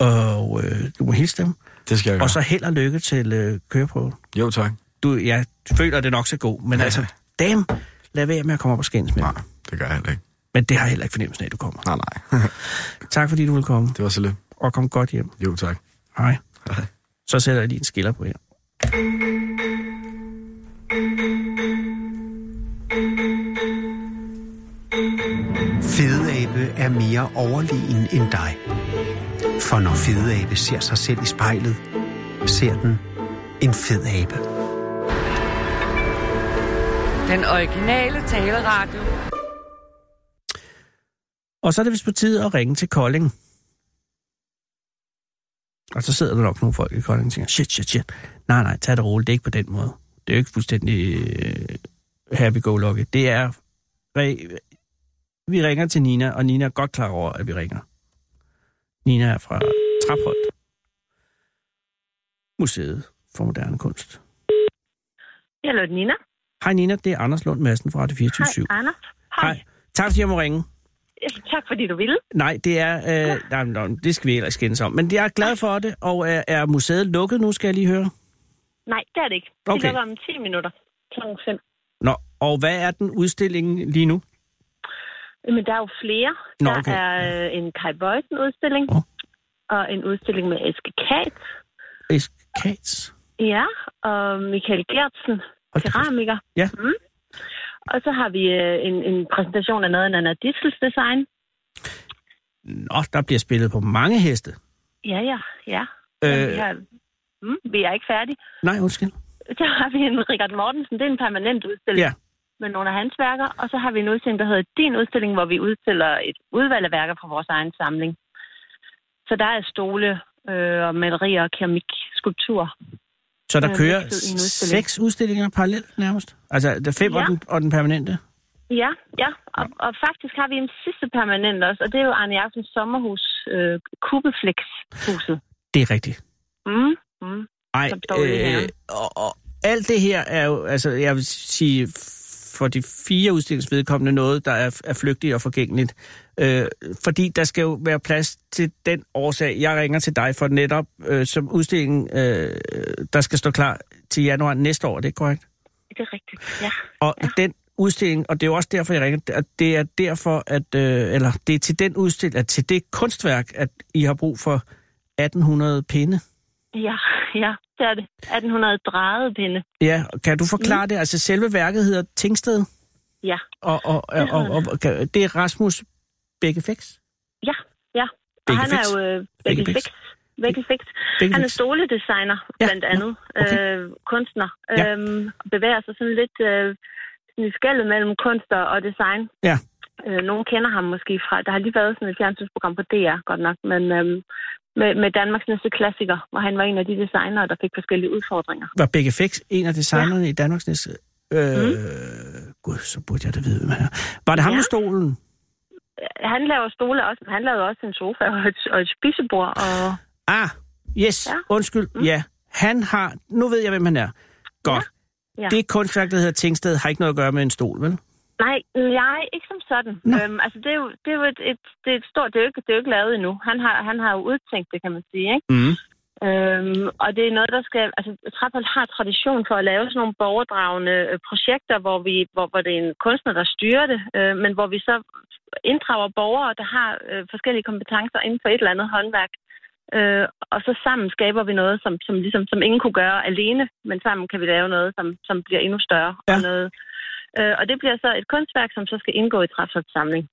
[SPEAKER 3] Og øh, du må hilse dem.
[SPEAKER 9] det skal jeg
[SPEAKER 3] Ja. Og
[SPEAKER 9] gøre.
[SPEAKER 3] så held og lykke til øh, køreprøven.
[SPEAKER 9] Jo, tak.
[SPEAKER 3] du, jeg føler, at det nok skal gå, men ja. altså, damn, lad være med at komme op og skændes med.
[SPEAKER 9] Nej,
[SPEAKER 3] Nej.
[SPEAKER 9] det gør jeg heller ikke.
[SPEAKER 3] Men det har jeg heller ikke fornemmelsen af, at du kommer.
[SPEAKER 9] Nej, nej.
[SPEAKER 3] Tak fordi du vil komme,
[SPEAKER 9] Det var så lidt.
[SPEAKER 3] og kom godt hjem.
[SPEAKER 9] Jo, tak.
[SPEAKER 3] Hej.
[SPEAKER 9] Hej.
[SPEAKER 3] Så sætter jeg lige en skiller på her.
[SPEAKER 1] Fedeabe er mere overlegen end dig. For når fedeabe ser sig selv i spejlet, ser den en fed abe.
[SPEAKER 10] Den originale taleradio.
[SPEAKER 3] Og så er det vist på tide at ringe til Kolding. Og så sidder der nok nogle folk i Kolding og tænker, shit, shit, shit. Nej, nej, tag det roligt, det er ikke på den måde. Det er jo ikke fuldstændig øh, happy-go-lucky. Det er, re- vi ringer til Nina, og Nina er godt klar over, at vi ringer. Nina er fra Trapholt. Museet for Moderne Kunst.
[SPEAKER 6] Hallo, Nina.
[SPEAKER 3] Hej Nina, det er Anders Lund Madsen fra Radio 24
[SPEAKER 6] Anna.
[SPEAKER 3] Tak fordi jeg må ringe.
[SPEAKER 6] Tak, fordi du ville.
[SPEAKER 3] Nej, det er... Øh, nej, nej, det skal vi ellers skændes om. Men jeg er glad for det, og er, er museet lukket nu, skal jeg lige høre?
[SPEAKER 6] Nej, det er det ikke.
[SPEAKER 3] Okay.
[SPEAKER 6] Det lukker om 10 minutter. Klokken 5.
[SPEAKER 3] Nå, og hvad er den udstilling lige nu?
[SPEAKER 6] Men der er jo flere.
[SPEAKER 3] Nå,
[SPEAKER 6] der
[SPEAKER 3] okay.
[SPEAKER 6] er øh, en Kai Bøjten-udstilling.
[SPEAKER 3] Åh.
[SPEAKER 6] Og en udstilling med Eske Kat.
[SPEAKER 3] Eskats?
[SPEAKER 6] Ja, og Michael Gertsen,
[SPEAKER 3] Hold da kæft.
[SPEAKER 6] keramiker.
[SPEAKER 3] Ja.
[SPEAKER 6] Mm. Og så har vi øh, en, en præsentation af noget af Nana Dissels design.
[SPEAKER 3] Nå, der bliver spillet på mange heste.
[SPEAKER 6] Ja, ja, ja. Men Vi,
[SPEAKER 3] Øh,
[SPEAKER 6] har, mm, vi er ikke færdige.
[SPEAKER 3] nej, undskyld.
[SPEAKER 6] Så har vi en Richard Mortensen, det er en permanent udstilling
[SPEAKER 3] Ja.
[SPEAKER 6] med nogle af hans værker. Og så har vi en udstilling, der hedder Din Udstilling, hvor vi udstiller et udvalg af værker fra vores egen samling. Så der er stole øh, og malerier og keramik, skulptur.
[SPEAKER 3] Så
[SPEAKER 6] Øh,
[SPEAKER 3] der kører
[SPEAKER 6] mixet i en udstilling.
[SPEAKER 3] seks udstillinger parallelt nærmest? Altså, der er fem
[SPEAKER 6] Ja.
[SPEAKER 3] og, den, og den permanente?
[SPEAKER 6] Ja, ja. Og, og faktisk har vi en sidste permanent også, og det er jo Arne Jacobsens sommerhus, øh, Kubeflex-huset.
[SPEAKER 3] Det er rigtigt.
[SPEAKER 6] Mm, mm.
[SPEAKER 3] Ej, øh,
[SPEAKER 6] Som står ude i haven.
[SPEAKER 3] og, og alt det her er jo... Altså, jeg vil sige... f- for de fire udstillingsvedkommende noget, der er, er flygtigt og forgængeligt. Øh, fordi der skal jo være plads til den årsag. Jeg ringer til dig for netop øh, som udstilling, øh, der skal stå klar til januar næste år, er det ikke korrekt?
[SPEAKER 6] Det er rigtigt, ja.
[SPEAKER 3] Og
[SPEAKER 6] ja.
[SPEAKER 3] den udstilling, og det er jo også derfor, jeg ringer, at det er derfor, at, øh, eller det er til den udstilling, at til det kunstværk, at I har brug for 1800 pinde.
[SPEAKER 6] Ja, ja, det er det. 1800 drejede pinde.
[SPEAKER 3] Ja, og kan du forklare mm. det? Altså selve værket hedder Tingsted,
[SPEAKER 6] Ja,
[SPEAKER 3] og, og, og, og, og, og kan- det er Rasmus Bækkefix.
[SPEAKER 6] ja, ja. Og
[SPEAKER 3] Begge
[SPEAKER 6] han er
[SPEAKER 3] fix.
[SPEAKER 6] jo øh,
[SPEAKER 3] Begge
[SPEAKER 6] Begge
[SPEAKER 3] fix.
[SPEAKER 6] fix. Begge fix.
[SPEAKER 3] Begge
[SPEAKER 6] Han er
[SPEAKER 3] fix.
[SPEAKER 6] stoledesigner,
[SPEAKER 3] Ja,
[SPEAKER 6] blandt
[SPEAKER 3] nå,
[SPEAKER 6] andet.
[SPEAKER 3] okay.
[SPEAKER 6] Øh, kunstner.
[SPEAKER 3] Ja.
[SPEAKER 6] Øhm, og bevæger sig sådan lidt øh, sådan i skellet mellem kunst og og design.
[SPEAKER 3] Ja.
[SPEAKER 6] Øh, nogen kender ham måske fra... Der har lige været sådan et fjernsynsprogram på DR, godt nok, men øhm, med, med Danmarks næste klassiker, hvor han var en af de designere, der fik forskellige udfordringer.
[SPEAKER 3] Var Bækkefix en af designerne ja. i Danmarks næste... Øh, mm. Gud, så burde jeg da vide, hvem han er. Var det ham ja.
[SPEAKER 6] Ja.
[SPEAKER 3] med stolen?
[SPEAKER 6] Han laver stole også, men han lavede også en sofa og et, og et spisebord. Og,
[SPEAKER 3] Ah, yes, ja.
[SPEAKER 6] Ja.
[SPEAKER 3] undskyld, mm. ja. Han har... Nu ved jeg, hvem han er. Godt. Ja.
[SPEAKER 6] ja.
[SPEAKER 3] Det kunstværk, der hedder Tingsted, har ikke noget at gøre med en stol, vel?
[SPEAKER 6] Nej, nej, ikke som sådan.
[SPEAKER 3] Nå.
[SPEAKER 6] Øhm, altså, det er jo, det er jo et, et, det er et stort... Det er jo ikke, det er jo ikke lavet endnu. Han har, han har jo udtænkt det, kan man sige, ikke?
[SPEAKER 3] Mm.
[SPEAKER 6] Øhm, og det er noget, der skal... Altså, Traphold har tradition for at lave sådan nogle borgerdragende øh, projekter, hvor, vi, hvor, hvor det er en kunstner, der styrer det, øh, men hvor vi så inddrager borgere, der har øh, forskellige kompetencer inden for et eller andet håndværk. Øh, og så sammen skaber vi noget, som, som, ligesom, som ingen kunne gøre alene, men sammen kan vi lave noget, som, som bliver endnu større.
[SPEAKER 3] Ja.
[SPEAKER 6] Og, noget, øh, og det bliver så et kunstværk, som så skal indgå i Trapholds samling.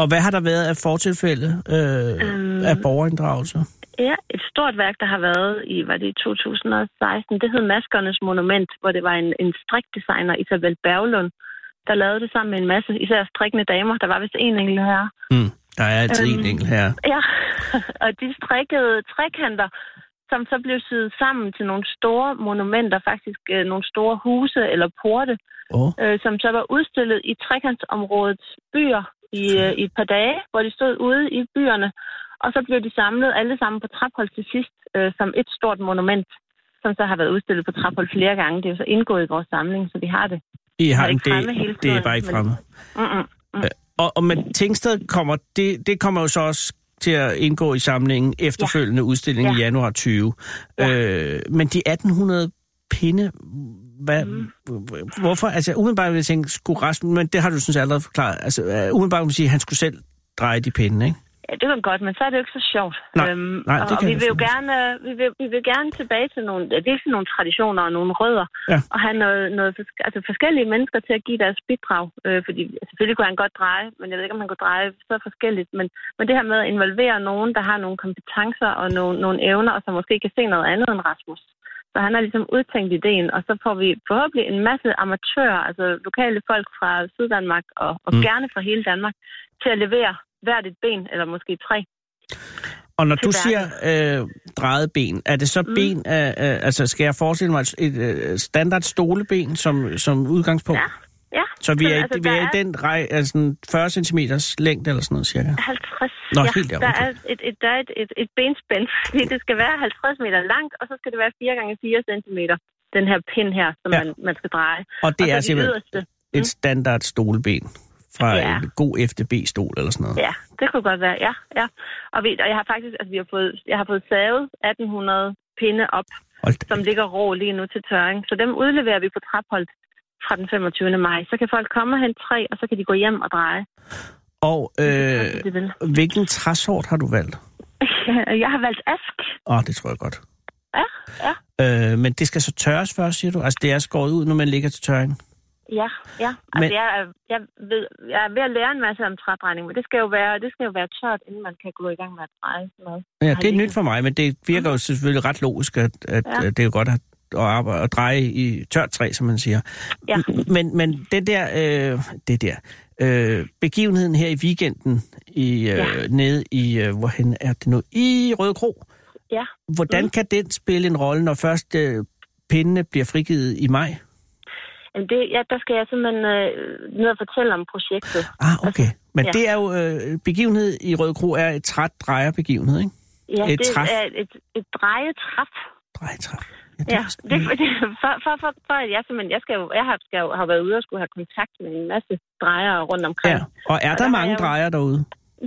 [SPEAKER 3] Og hvad har der været af fortilfælde øh,
[SPEAKER 6] Øhm.
[SPEAKER 3] af borgerinddragelse?
[SPEAKER 6] Ja, et stort værk, der har været i, var det i 2016, det hed Maskernes Monument, hvor det var en, en strikdesigner, Isabel Berglund, der lavede det sammen med en masse, især strikkende damer. Der var vist en enkelt her.
[SPEAKER 3] Mm. Der er altid øhm. en
[SPEAKER 6] Øhm.
[SPEAKER 3] enkelt her.
[SPEAKER 6] Ja, og de strikkede trekanter, som så blev syet sammen til nogle store monumenter, faktisk øh, nogle store huse eller porte,
[SPEAKER 3] Åh, oh,
[SPEAKER 6] øh, som så var udstillet i trekantsområdets byer i, øh, i et par dage, hvor de stod ude i byerne, og så blev de samlet alle sammen på Traphold til sidst øh, som et stort monument, som så har været udstillet på Traphold flere gange. Det er jo så indgået i vores samling, så vi har det.
[SPEAKER 3] I har
[SPEAKER 6] det
[SPEAKER 3] en
[SPEAKER 6] ikke fremme hele
[SPEAKER 3] del. Det er
[SPEAKER 6] tiden,
[SPEAKER 3] bare ikke
[SPEAKER 6] men-
[SPEAKER 3] fremme.
[SPEAKER 6] Mm-mm. mm.
[SPEAKER 3] Og, og men Tingsted kommer, det, det kommer jo så også til at indgå i samlingen efterfølgende ja. udstilling ja. i
[SPEAKER 6] Ja.
[SPEAKER 3] januar 20. Ja. Øh, men de 1800 pinde, hvad, mm. hvorfor? Altså umiddelbart vil jeg tænke, skulle Rasmus, men det har du synes jeg allerede forklaret, altså øh, umiddelbart vil man sige, at han skulle selv dreje de pinde, ikke?
[SPEAKER 6] Ja, det kan godt, men så er det jo ikke så sjovt.
[SPEAKER 3] Nej,
[SPEAKER 6] øhm,
[SPEAKER 3] nej,
[SPEAKER 6] og,
[SPEAKER 3] det
[SPEAKER 6] og
[SPEAKER 3] kan
[SPEAKER 6] vi
[SPEAKER 3] jeg
[SPEAKER 6] vil jo
[SPEAKER 3] forstå.
[SPEAKER 6] gerne, øh, vi vil, vi vil gerne tilbage til nogle, ja, virkelig nogle traditioner og nogle rødder,
[SPEAKER 3] Ja.
[SPEAKER 6] og have noget, noget, forsk- altså forskellige mennesker til at give deres bidrag. Øh, fordi selvfølgelig kunne han godt dreje, men jeg ved ikke, om han kunne dreje så forskelligt. Men, men det her med at involvere nogen, der har nogle kompetencer og nogle, nogle evner, og som måske kan se noget andet end Rasmus. Så han har ligesom udtænkt ideen, og så får vi forhåbentlig en masse amatører, altså lokale folk fra Syddanmark og, og
[SPEAKER 3] Mm.
[SPEAKER 6] mm. gerne fra hele Danmark, til at levere hvert et ben, eller måske tre.
[SPEAKER 3] Og når du
[SPEAKER 6] Til
[SPEAKER 3] siger øh, drejet ben, er det så mm. ben, af, øh, altså skal jeg forestille mig et, et øh, standard stoleben som, som udgangspunkt? Ja.
[SPEAKER 6] Ja,
[SPEAKER 3] Så vi er,
[SPEAKER 6] sådan,
[SPEAKER 3] altså, vi er,
[SPEAKER 6] der
[SPEAKER 3] i den rej, altså 40 cm længde eller sådan noget cirka?
[SPEAKER 6] 50.
[SPEAKER 3] Nå,
[SPEAKER 6] ja,
[SPEAKER 3] helt deroppe.
[SPEAKER 6] der er, et, et, der er et, et, et benspænd, fordi det skal være 50 meter langt, og så skal det være 4 gange 4 cm, den her pind her, som
[SPEAKER 3] Ja.
[SPEAKER 6] ja. man, man skal dreje.
[SPEAKER 3] Og det
[SPEAKER 6] og så
[SPEAKER 3] er
[SPEAKER 6] Altså, de
[SPEAKER 3] simpelthen
[SPEAKER 6] yderste. Mm.
[SPEAKER 3] et standard stoleben fra ja.
[SPEAKER 6] Ja.
[SPEAKER 3] en god FDB-stol eller sådan noget.
[SPEAKER 6] Ja, det kunne godt være, ja. ja. Og, vi, og jeg har faktisk, altså vi har fået, jeg har fået savet 1800 pinde op,
[SPEAKER 3] Hold da.
[SPEAKER 6] som ligger rå lige nu til tørring. Så dem udleverer vi på Trapholdt fra den 25. maj. Så kan folk komme og hente tre, og så kan de gå hjem og dreje.
[SPEAKER 3] Og øh,
[SPEAKER 6] Øh. Det vil.
[SPEAKER 3] hvilken træsort har du valgt?
[SPEAKER 6] Jeg har valgt ask.
[SPEAKER 3] Åh, oh, det tror jeg godt.
[SPEAKER 6] Ja, ja.
[SPEAKER 3] Øh, men det skal så tørres først, siger du? Altså, det er skåret ud, når man ligger til tørring?
[SPEAKER 6] Ja, ja. Altså,
[SPEAKER 3] Men-
[SPEAKER 6] men... jeg, er- jeg, ved, jeg er ved at lære en masse om trædrejning, men det skal, jo være, det skal jo være tørt, inden man kan gå i gang med at dreje sådan noget.
[SPEAKER 3] Ja,
[SPEAKER 6] Nej,
[SPEAKER 3] det er
[SPEAKER 6] det-
[SPEAKER 3] nyt for mig, men det virker jo selvfølgelig ret logisk, at, at
[SPEAKER 6] Ja.
[SPEAKER 3] ja. det er jo godt at, at, arbejde, at dreje i tørt træ, som man siger.
[SPEAKER 6] Ja.
[SPEAKER 3] Men, men det der, øh, det der øh, begivenheden her i weekenden i, øh, ja.
[SPEAKER 6] Ja.
[SPEAKER 3] nede i, øh, hvorhen er det nu? I Røde Kro.
[SPEAKER 6] Ja. Mm.
[SPEAKER 3] Hvordan kan den spille en rolle, når først øh, pindene bliver frigivet i maj?
[SPEAKER 6] Jamen, det, ja, der skal jeg simpelthen øh, ned og fortælle om projektet.
[SPEAKER 3] Ah, okay. Men ja.
[SPEAKER 6] Ja.
[SPEAKER 3] det er jo, øh, begivenhed i Røde Kro er et træt drejerbegivenhed, ikke?
[SPEAKER 6] Ja,
[SPEAKER 3] Et
[SPEAKER 6] det
[SPEAKER 3] træf.
[SPEAKER 6] er et, et drejetræf.
[SPEAKER 3] Drejetræf.
[SPEAKER 6] Ja, det, det, for, for, for, for at jeg simpelthen, jeg, skal jo, jeg har, skal jo, har været ude og skulle have kontakt med en masse drejere rundt omkring.
[SPEAKER 3] Ja. Og er der
[SPEAKER 6] har
[SPEAKER 3] mange
[SPEAKER 6] jeg jo-
[SPEAKER 3] drejer derude?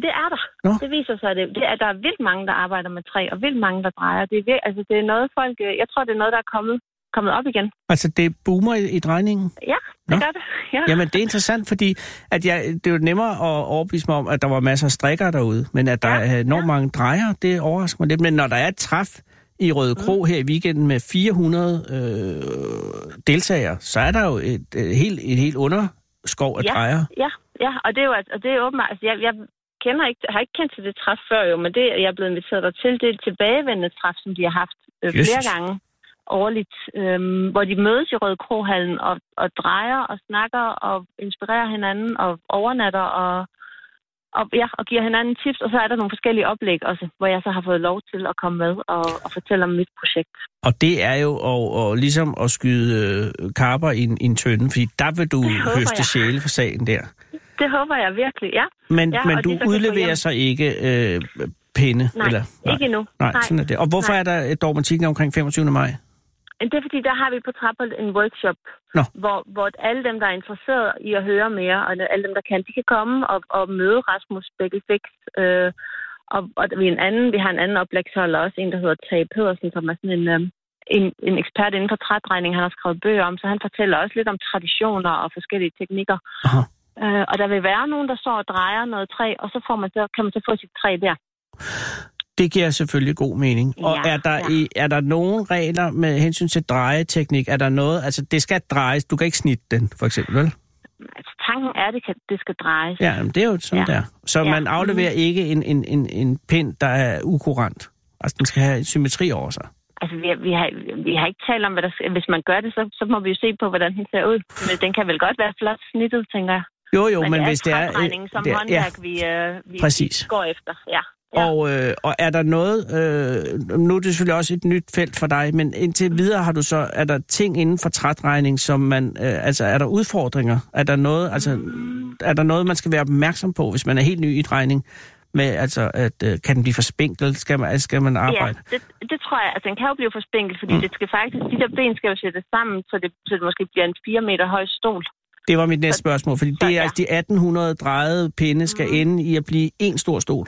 [SPEAKER 6] Det er der.
[SPEAKER 3] Nå.
[SPEAKER 6] Det viser sig, at, det, det, at der er vildt mange, der arbejder med træ, og vildt mange, der drejer. Det er, vir- altså, det er noget, folk... øh, Jeg tror, det er noget, der er kommet, kommet op igen.
[SPEAKER 3] Altså, det boomer i, i drejningen?
[SPEAKER 6] Ja, det
[SPEAKER 3] Nå.
[SPEAKER 6] gør det. Ja.
[SPEAKER 3] Jamen, det er interessant, fordi at jeg, det er jo nemmere at overbevise mig om, at der var masser af strikker derude, men at der er enormt mange drejer, det overrasker mig lidt. Men når der er et træf i Røde Kro
[SPEAKER 6] Mm.
[SPEAKER 3] her i weekenden med 400 øh, deltagere, så er der jo et, et, helt, et helt underskov af
[SPEAKER 6] ja,
[SPEAKER 3] drejer.
[SPEAKER 6] Ja, ja, og det er jo altså- og det er åbenbart, altså jeg, jeg kender ikke, har ikke kendt til det træf før jo, men det jeg er blevet inviteret der til, det er et tilbagevendende træf, som de har haft øh, flere
[SPEAKER 3] Jesus.
[SPEAKER 6] gange årligt, øhm, hvor de mødes i Røde Krohallen og, og drejer og snakker og inspirerer hinanden og overnatter og, og, ja, og giver hinanden tips, og så er der nogle forskellige oplæg også, hvor jeg så har fået lov til at komme med og, og fortælle om mit projekt.
[SPEAKER 3] Og det er jo og, og ligesom at skyde øh, karper i en, i en tønde, fordi der vil du
[SPEAKER 6] Det håber
[SPEAKER 3] høste
[SPEAKER 6] jeg.
[SPEAKER 3] sjæle for sagen der.
[SPEAKER 6] Det håber jeg virkelig, ja.
[SPEAKER 3] Men,
[SPEAKER 6] ja,
[SPEAKER 3] ja, men
[SPEAKER 6] og de
[SPEAKER 3] du
[SPEAKER 6] så kan få
[SPEAKER 3] udleverer
[SPEAKER 6] hjem.
[SPEAKER 3] så ikke øh, pinde?
[SPEAKER 6] Nej,
[SPEAKER 3] eller,
[SPEAKER 6] ikke endnu.
[SPEAKER 3] Nej,
[SPEAKER 6] Nej.
[SPEAKER 3] sådan er det. Og hvorfor
[SPEAKER 6] Nej.
[SPEAKER 3] er der øh, dogmatikken omkring 25. maj?
[SPEAKER 6] Men Det er fordi, der har vi på Trappold en workshop,
[SPEAKER 3] Nå.
[SPEAKER 6] hvor, hvor alle dem, der er interesseret i at høre mere, og alle dem, der kan, de kan komme og, og møde Rasmus Bækkelfix. Øh, og, og vi, er en anden, vi har en anden oplægsholder også, en, der hedder Tage Pedersen, som er sådan en, øh, en, en ekspert inden for trætregning, han har skrevet bøger om, så han fortæller også lidt om traditioner og forskellige teknikker.
[SPEAKER 3] Aha.
[SPEAKER 6] Øh, og der vil være nogen, der står og drejer noget træ, og så, får man så kan man så få sit træ der.
[SPEAKER 3] Det giver selvfølgelig god mening. Og
[SPEAKER 6] Ja,
[SPEAKER 3] er der,
[SPEAKER 6] ja.
[SPEAKER 3] i, er der nogen regler med hensyn til drejeteknik? Er der noget, altså det skal drejes, du kan ikke snitte den, for eksempel, vel?
[SPEAKER 6] Altså, tanken er, at det, kan, det skal drejes.
[SPEAKER 3] Ja, jamen, det er jo sådan
[SPEAKER 6] Ja.
[SPEAKER 3] ja. der. Så
[SPEAKER 6] Ja. Mm.
[SPEAKER 3] ja. man afleverer ikke en, en, en, en pind, der er ukurant. Altså den skal have symmetri over sig.
[SPEAKER 6] Altså, vi, vi, har, vi har ikke talt om, hvad der skal. Hvis man gør det, så, så må vi jo se på, hvordan den ser ud. Men den kan vel godt være flot snittet, tænker jeg.
[SPEAKER 3] Jo, jo, men, men hvis det er...
[SPEAKER 6] trætregningen som
[SPEAKER 3] det er-
[SPEAKER 6] håndværk, vi, øh, vi,
[SPEAKER 3] Præcis.
[SPEAKER 6] vi går efter. Ja.
[SPEAKER 3] Ja. Og, øh, og er der noget, øh, nu er det selvfølgelig også et nyt felt for dig, men indtil videre har du så, er der ting inden for trætregning, som man, øh, altså er der udfordringer? Er der, noget, altså, er der noget, man skal være opmærksom på, hvis man er helt ny i regning? Med, altså, at, øh, kan den blive for spinkel? Skal man, skal man
[SPEAKER 6] Ja,
[SPEAKER 3] arbejde?
[SPEAKER 6] det, det tror jeg. Altså, den kan jo blive for spinkel, fordi mm. det skal faktisk, de der ben skal jo sættes sammen, så det, så det måske bliver en 4 meter høj stol.
[SPEAKER 3] Det var mit næste spørgsmål, fordi det er altså de 1800 drejede pinde
[SPEAKER 6] Mm.
[SPEAKER 3] skal ende i at blive en stor stol.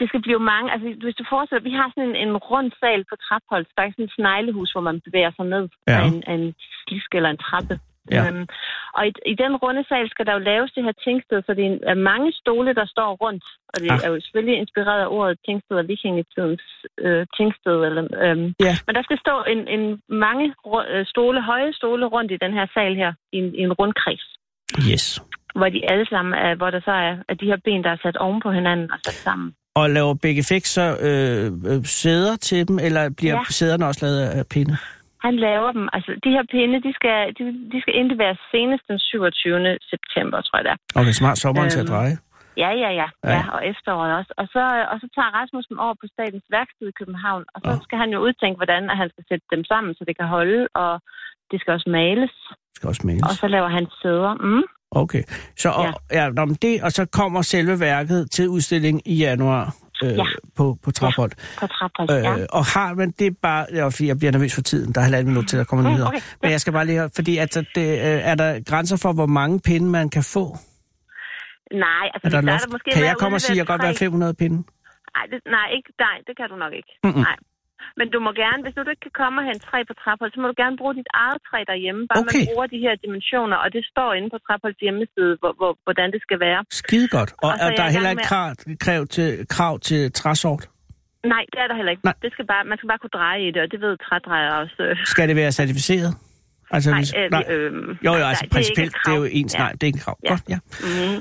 [SPEAKER 6] Det skal blive mange. Altså, hvis du forestiller vi har sådan en, en rund sal på Trapholz. Der er sådan et sneglehus, hvor man bevæger sig ned
[SPEAKER 3] Ja.
[SPEAKER 6] af, en, af en slisk eller en trappe.
[SPEAKER 3] Ja.
[SPEAKER 6] Øhm, og i, i den runde sal skal der jo laves det her tingsted, så det er en, er mange stole, der står rundt. Og det
[SPEAKER 3] Ah.
[SPEAKER 6] er jo selvfølgelig inspireret af ordet tingsted og vikingetidens øh, tingsted. Eller, øhm,
[SPEAKER 3] Ja.
[SPEAKER 6] Men der skal stå en, en mange ru- øh, stole, høje stole rundt i den her sal her, i en, i en rundkreds.
[SPEAKER 3] Yes.
[SPEAKER 6] Hvor de alle sammen er, hvor der så er, er de her ben, der er sat oven på hinanden og sat sammen.
[SPEAKER 3] Og laver begge fik så øh, øh, sæder til dem, eller bliver
[SPEAKER 6] Ja.
[SPEAKER 3] ja. sæderne også lavet af pinde?
[SPEAKER 6] Han laver dem. Altså, de her pinde, de skal, de, de skal indleveres senest den 27. september, tror jeg det er.
[SPEAKER 3] Okay, smart sommeren øhm. til at
[SPEAKER 6] Øhm,
[SPEAKER 3] dreje.
[SPEAKER 6] Ja, ja, ja.
[SPEAKER 3] Ja.
[SPEAKER 6] ja og efteråret også. Og så, øh, og så tager Rasmus dem over på Statens Værksted i København, og så
[SPEAKER 3] Åh.
[SPEAKER 6] skal han jo udtænke, hvordan han skal sætte dem sammen, så det kan holde, og det skal også males,
[SPEAKER 3] skal også males.
[SPEAKER 6] og så laver han sæder. Mm.
[SPEAKER 3] Okay. Så, og, ja. Ja, nå, men det, og så kommer selve værket til udstilling i januar øh,
[SPEAKER 6] Ja.
[SPEAKER 3] ja. på, på Traphold.
[SPEAKER 6] På trapper,
[SPEAKER 3] Øh,
[SPEAKER 6] ja.
[SPEAKER 3] Og har man det bare... Ja, fordi jeg bliver nervøs for tiden. Der er halvandet minut til, der kommer
[SPEAKER 6] Mm,
[SPEAKER 3] nyheder.
[SPEAKER 6] okay. Ja.
[SPEAKER 3] Men jeg skal bare lige høre, fordi altså, det, øh, er der grænser for, hvor mange pinde man kan få?
[SPEAKER 6] Nej, altså,
[SPEAKER 3] Er der
[SPEAKER 6] vi starter
[SPEAKER 3] loft?
[SPEAKER 6] måske
[SPEAKER 3] Kan
[SPEAKER 6] med
[SPEAKER 3] jeg
[SPEAKER 6] at
[SPEAKER 3] komme og sige, at jeg
[SPEAKER 6] udlevere
[SPEAKER 3] godt vil have 500
[SPEAKER 6] tre-
[SPEAKER 3] pinde?
[SPEAKER 6] Nej, det, nej, ikke dig. Det kan du nok ikke.
[SPEAKER 3] Mm-mm.
[SPEAKER 6] Nej. Men du må gerne, hvis nu du ikke kan komme og hente træ på Traphold, så må du gerne bruge dit eget træ derhjemme. Bare man
[SPEAKER 3] Okay.
[SPEAKER 6] bruger de her dimensioner, og det står inde på Trapholds hjemmeside, hvor, hvor, hvordan det skal være.
[SPEAKER 3] Skide godt. Og,
[SPEAKER 6] Og så er
[SPEAKER 3] og der
[SPEAKER 6] Altså, jeg
[SPEAKER 3] er
[SPEAKER 6] i
[SPEAKER 3] heller
[SPEAKER 6] gang
[SPEAKER 3] ikke krav, krav, til, krav til træsort.
[SPEAKER 6] Nej, det er der heller ikke.
[SPEAKER 3] Nej.
[SPEAKER 6] Det skal bare, man skal bare kunne dreje i det, og det ved trædrejer også. øh.
[SPEAKER 3] Skal det være certificeret? Altså,
[SPEAKER 6] Nej,
[SPEAKER 3] hvis-
[SPEAKER 6] øh, vi- øhm,
[SPEAKER 3] jo, jo,
[SPEAKER 6] nej,
[SPEAKER 3] altså
[SPEAKER 6] det er ikke et
[SPEAKER 3] principielt, det
[SPEAKER 6] krav.
[SPEAKER 3] er jo ens,
[SPEAKER 6] Ja.
[SPEAKER 3] nej, det er ikke et krav.
[SPEAKER 6] Ja.
[SPEAKER 3] Godt, ja.
[SPEAKER 6] Mm.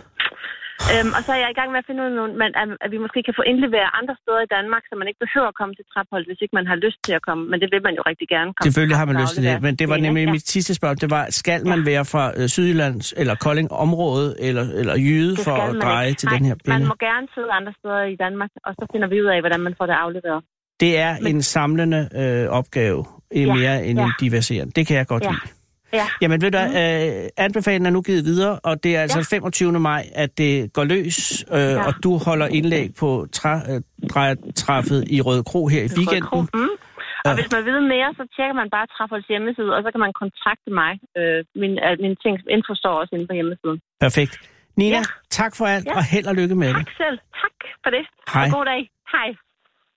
[SPEAKER 6] Øhm, og så er jeg i gang med at finde ud af, nogle- men, at, at vi måske kan få indleveret andre steder i Danmark, så man ikke behøver at komme til Traphold, hvis ikke man har lyst til at komme. Men det vil man jo rigtig gerne komme
[SPEAKER 3] Selvfølgelig har man
[SPEAKER 6] Trapholt
[SPEAKER 3] lyst til det,
[SPEAKER 6] aflevere
[SPEAKER 3] men det var
[SPEAKER 6] sine,
[SPEAKER 3] nemlig
[SPEAKER 6] ja.
[SPEAKER 3] mit sidste spørgsmål. Det var, skal man være fra øh, Sydjyllands eller Kolding område eller, eller Jyde
[SPEAKER 6] Det
[SPEAKER 3] for
[SPEAKER 6] skal
[SPEAKER 3] at
[SPEAKER 6] man
[SPEAKER 3] dreje
[SPEAKER 6] ikke.
[SPEAKER 3] til
[SPEAKER 6] Nej,
[SPEAKER 3] den her
[SPEAKER 6] man
[SPEAKER 3] pinde?
[SPEAKER 6] må gerne sidde andre steder i Danmark, og så finder vi ud af, hvordan man får det afleveret.
[SPEAKER 3] Det er en samlende øh, opgave, eh,
[SPEAKER 6] Ja,
[SPEAKER 3] mere end
[SPEAKER 6] ja.
[SPEAKER 3] en diverserende. Det kan jeg godt
[SPEAKER 6] Ja.
[SPEAKER 3] lide.
[SPEAKER 6] Ja, Mm.
[SPEAKER 3] Jamen ved du, hvad, øh, anbefalingen er nu givet videre, og det er altså
[SPEAKER 6] Ja.
[SPEAKER 3] 25. maj, at det går løs, øh,
[SPEAKER 6] Ja.
[SPEAKER 3] og du holder indlæg på træ, øh, drejertræffet i Røde Kro her i
[SPEAKER 6] Røde Kro.
[SPEAKER 3] weekenden.
[SPEAKER 6] Mm. Og Og hvis man vil mere, så tjekker man bare Trafolds hjemmeside, og så kan man kontakte mig. Øh, min, øh, min ting, info står også inde på hjemmesiden.
[SPEAKER 3] Perfekt. Nina, ja.
[SPEAKER 6] Ja.
[SPEAKER 3] tak for alt, ja.
[SPEAKER 6] Ja.
[SPEAKER 3] og held og lykke med det.
[SPEAKER 6] Tak selv. Tak for det.
[SPEAKER 3] Hej.
[SPEAKER 6] Og god dag. Hej.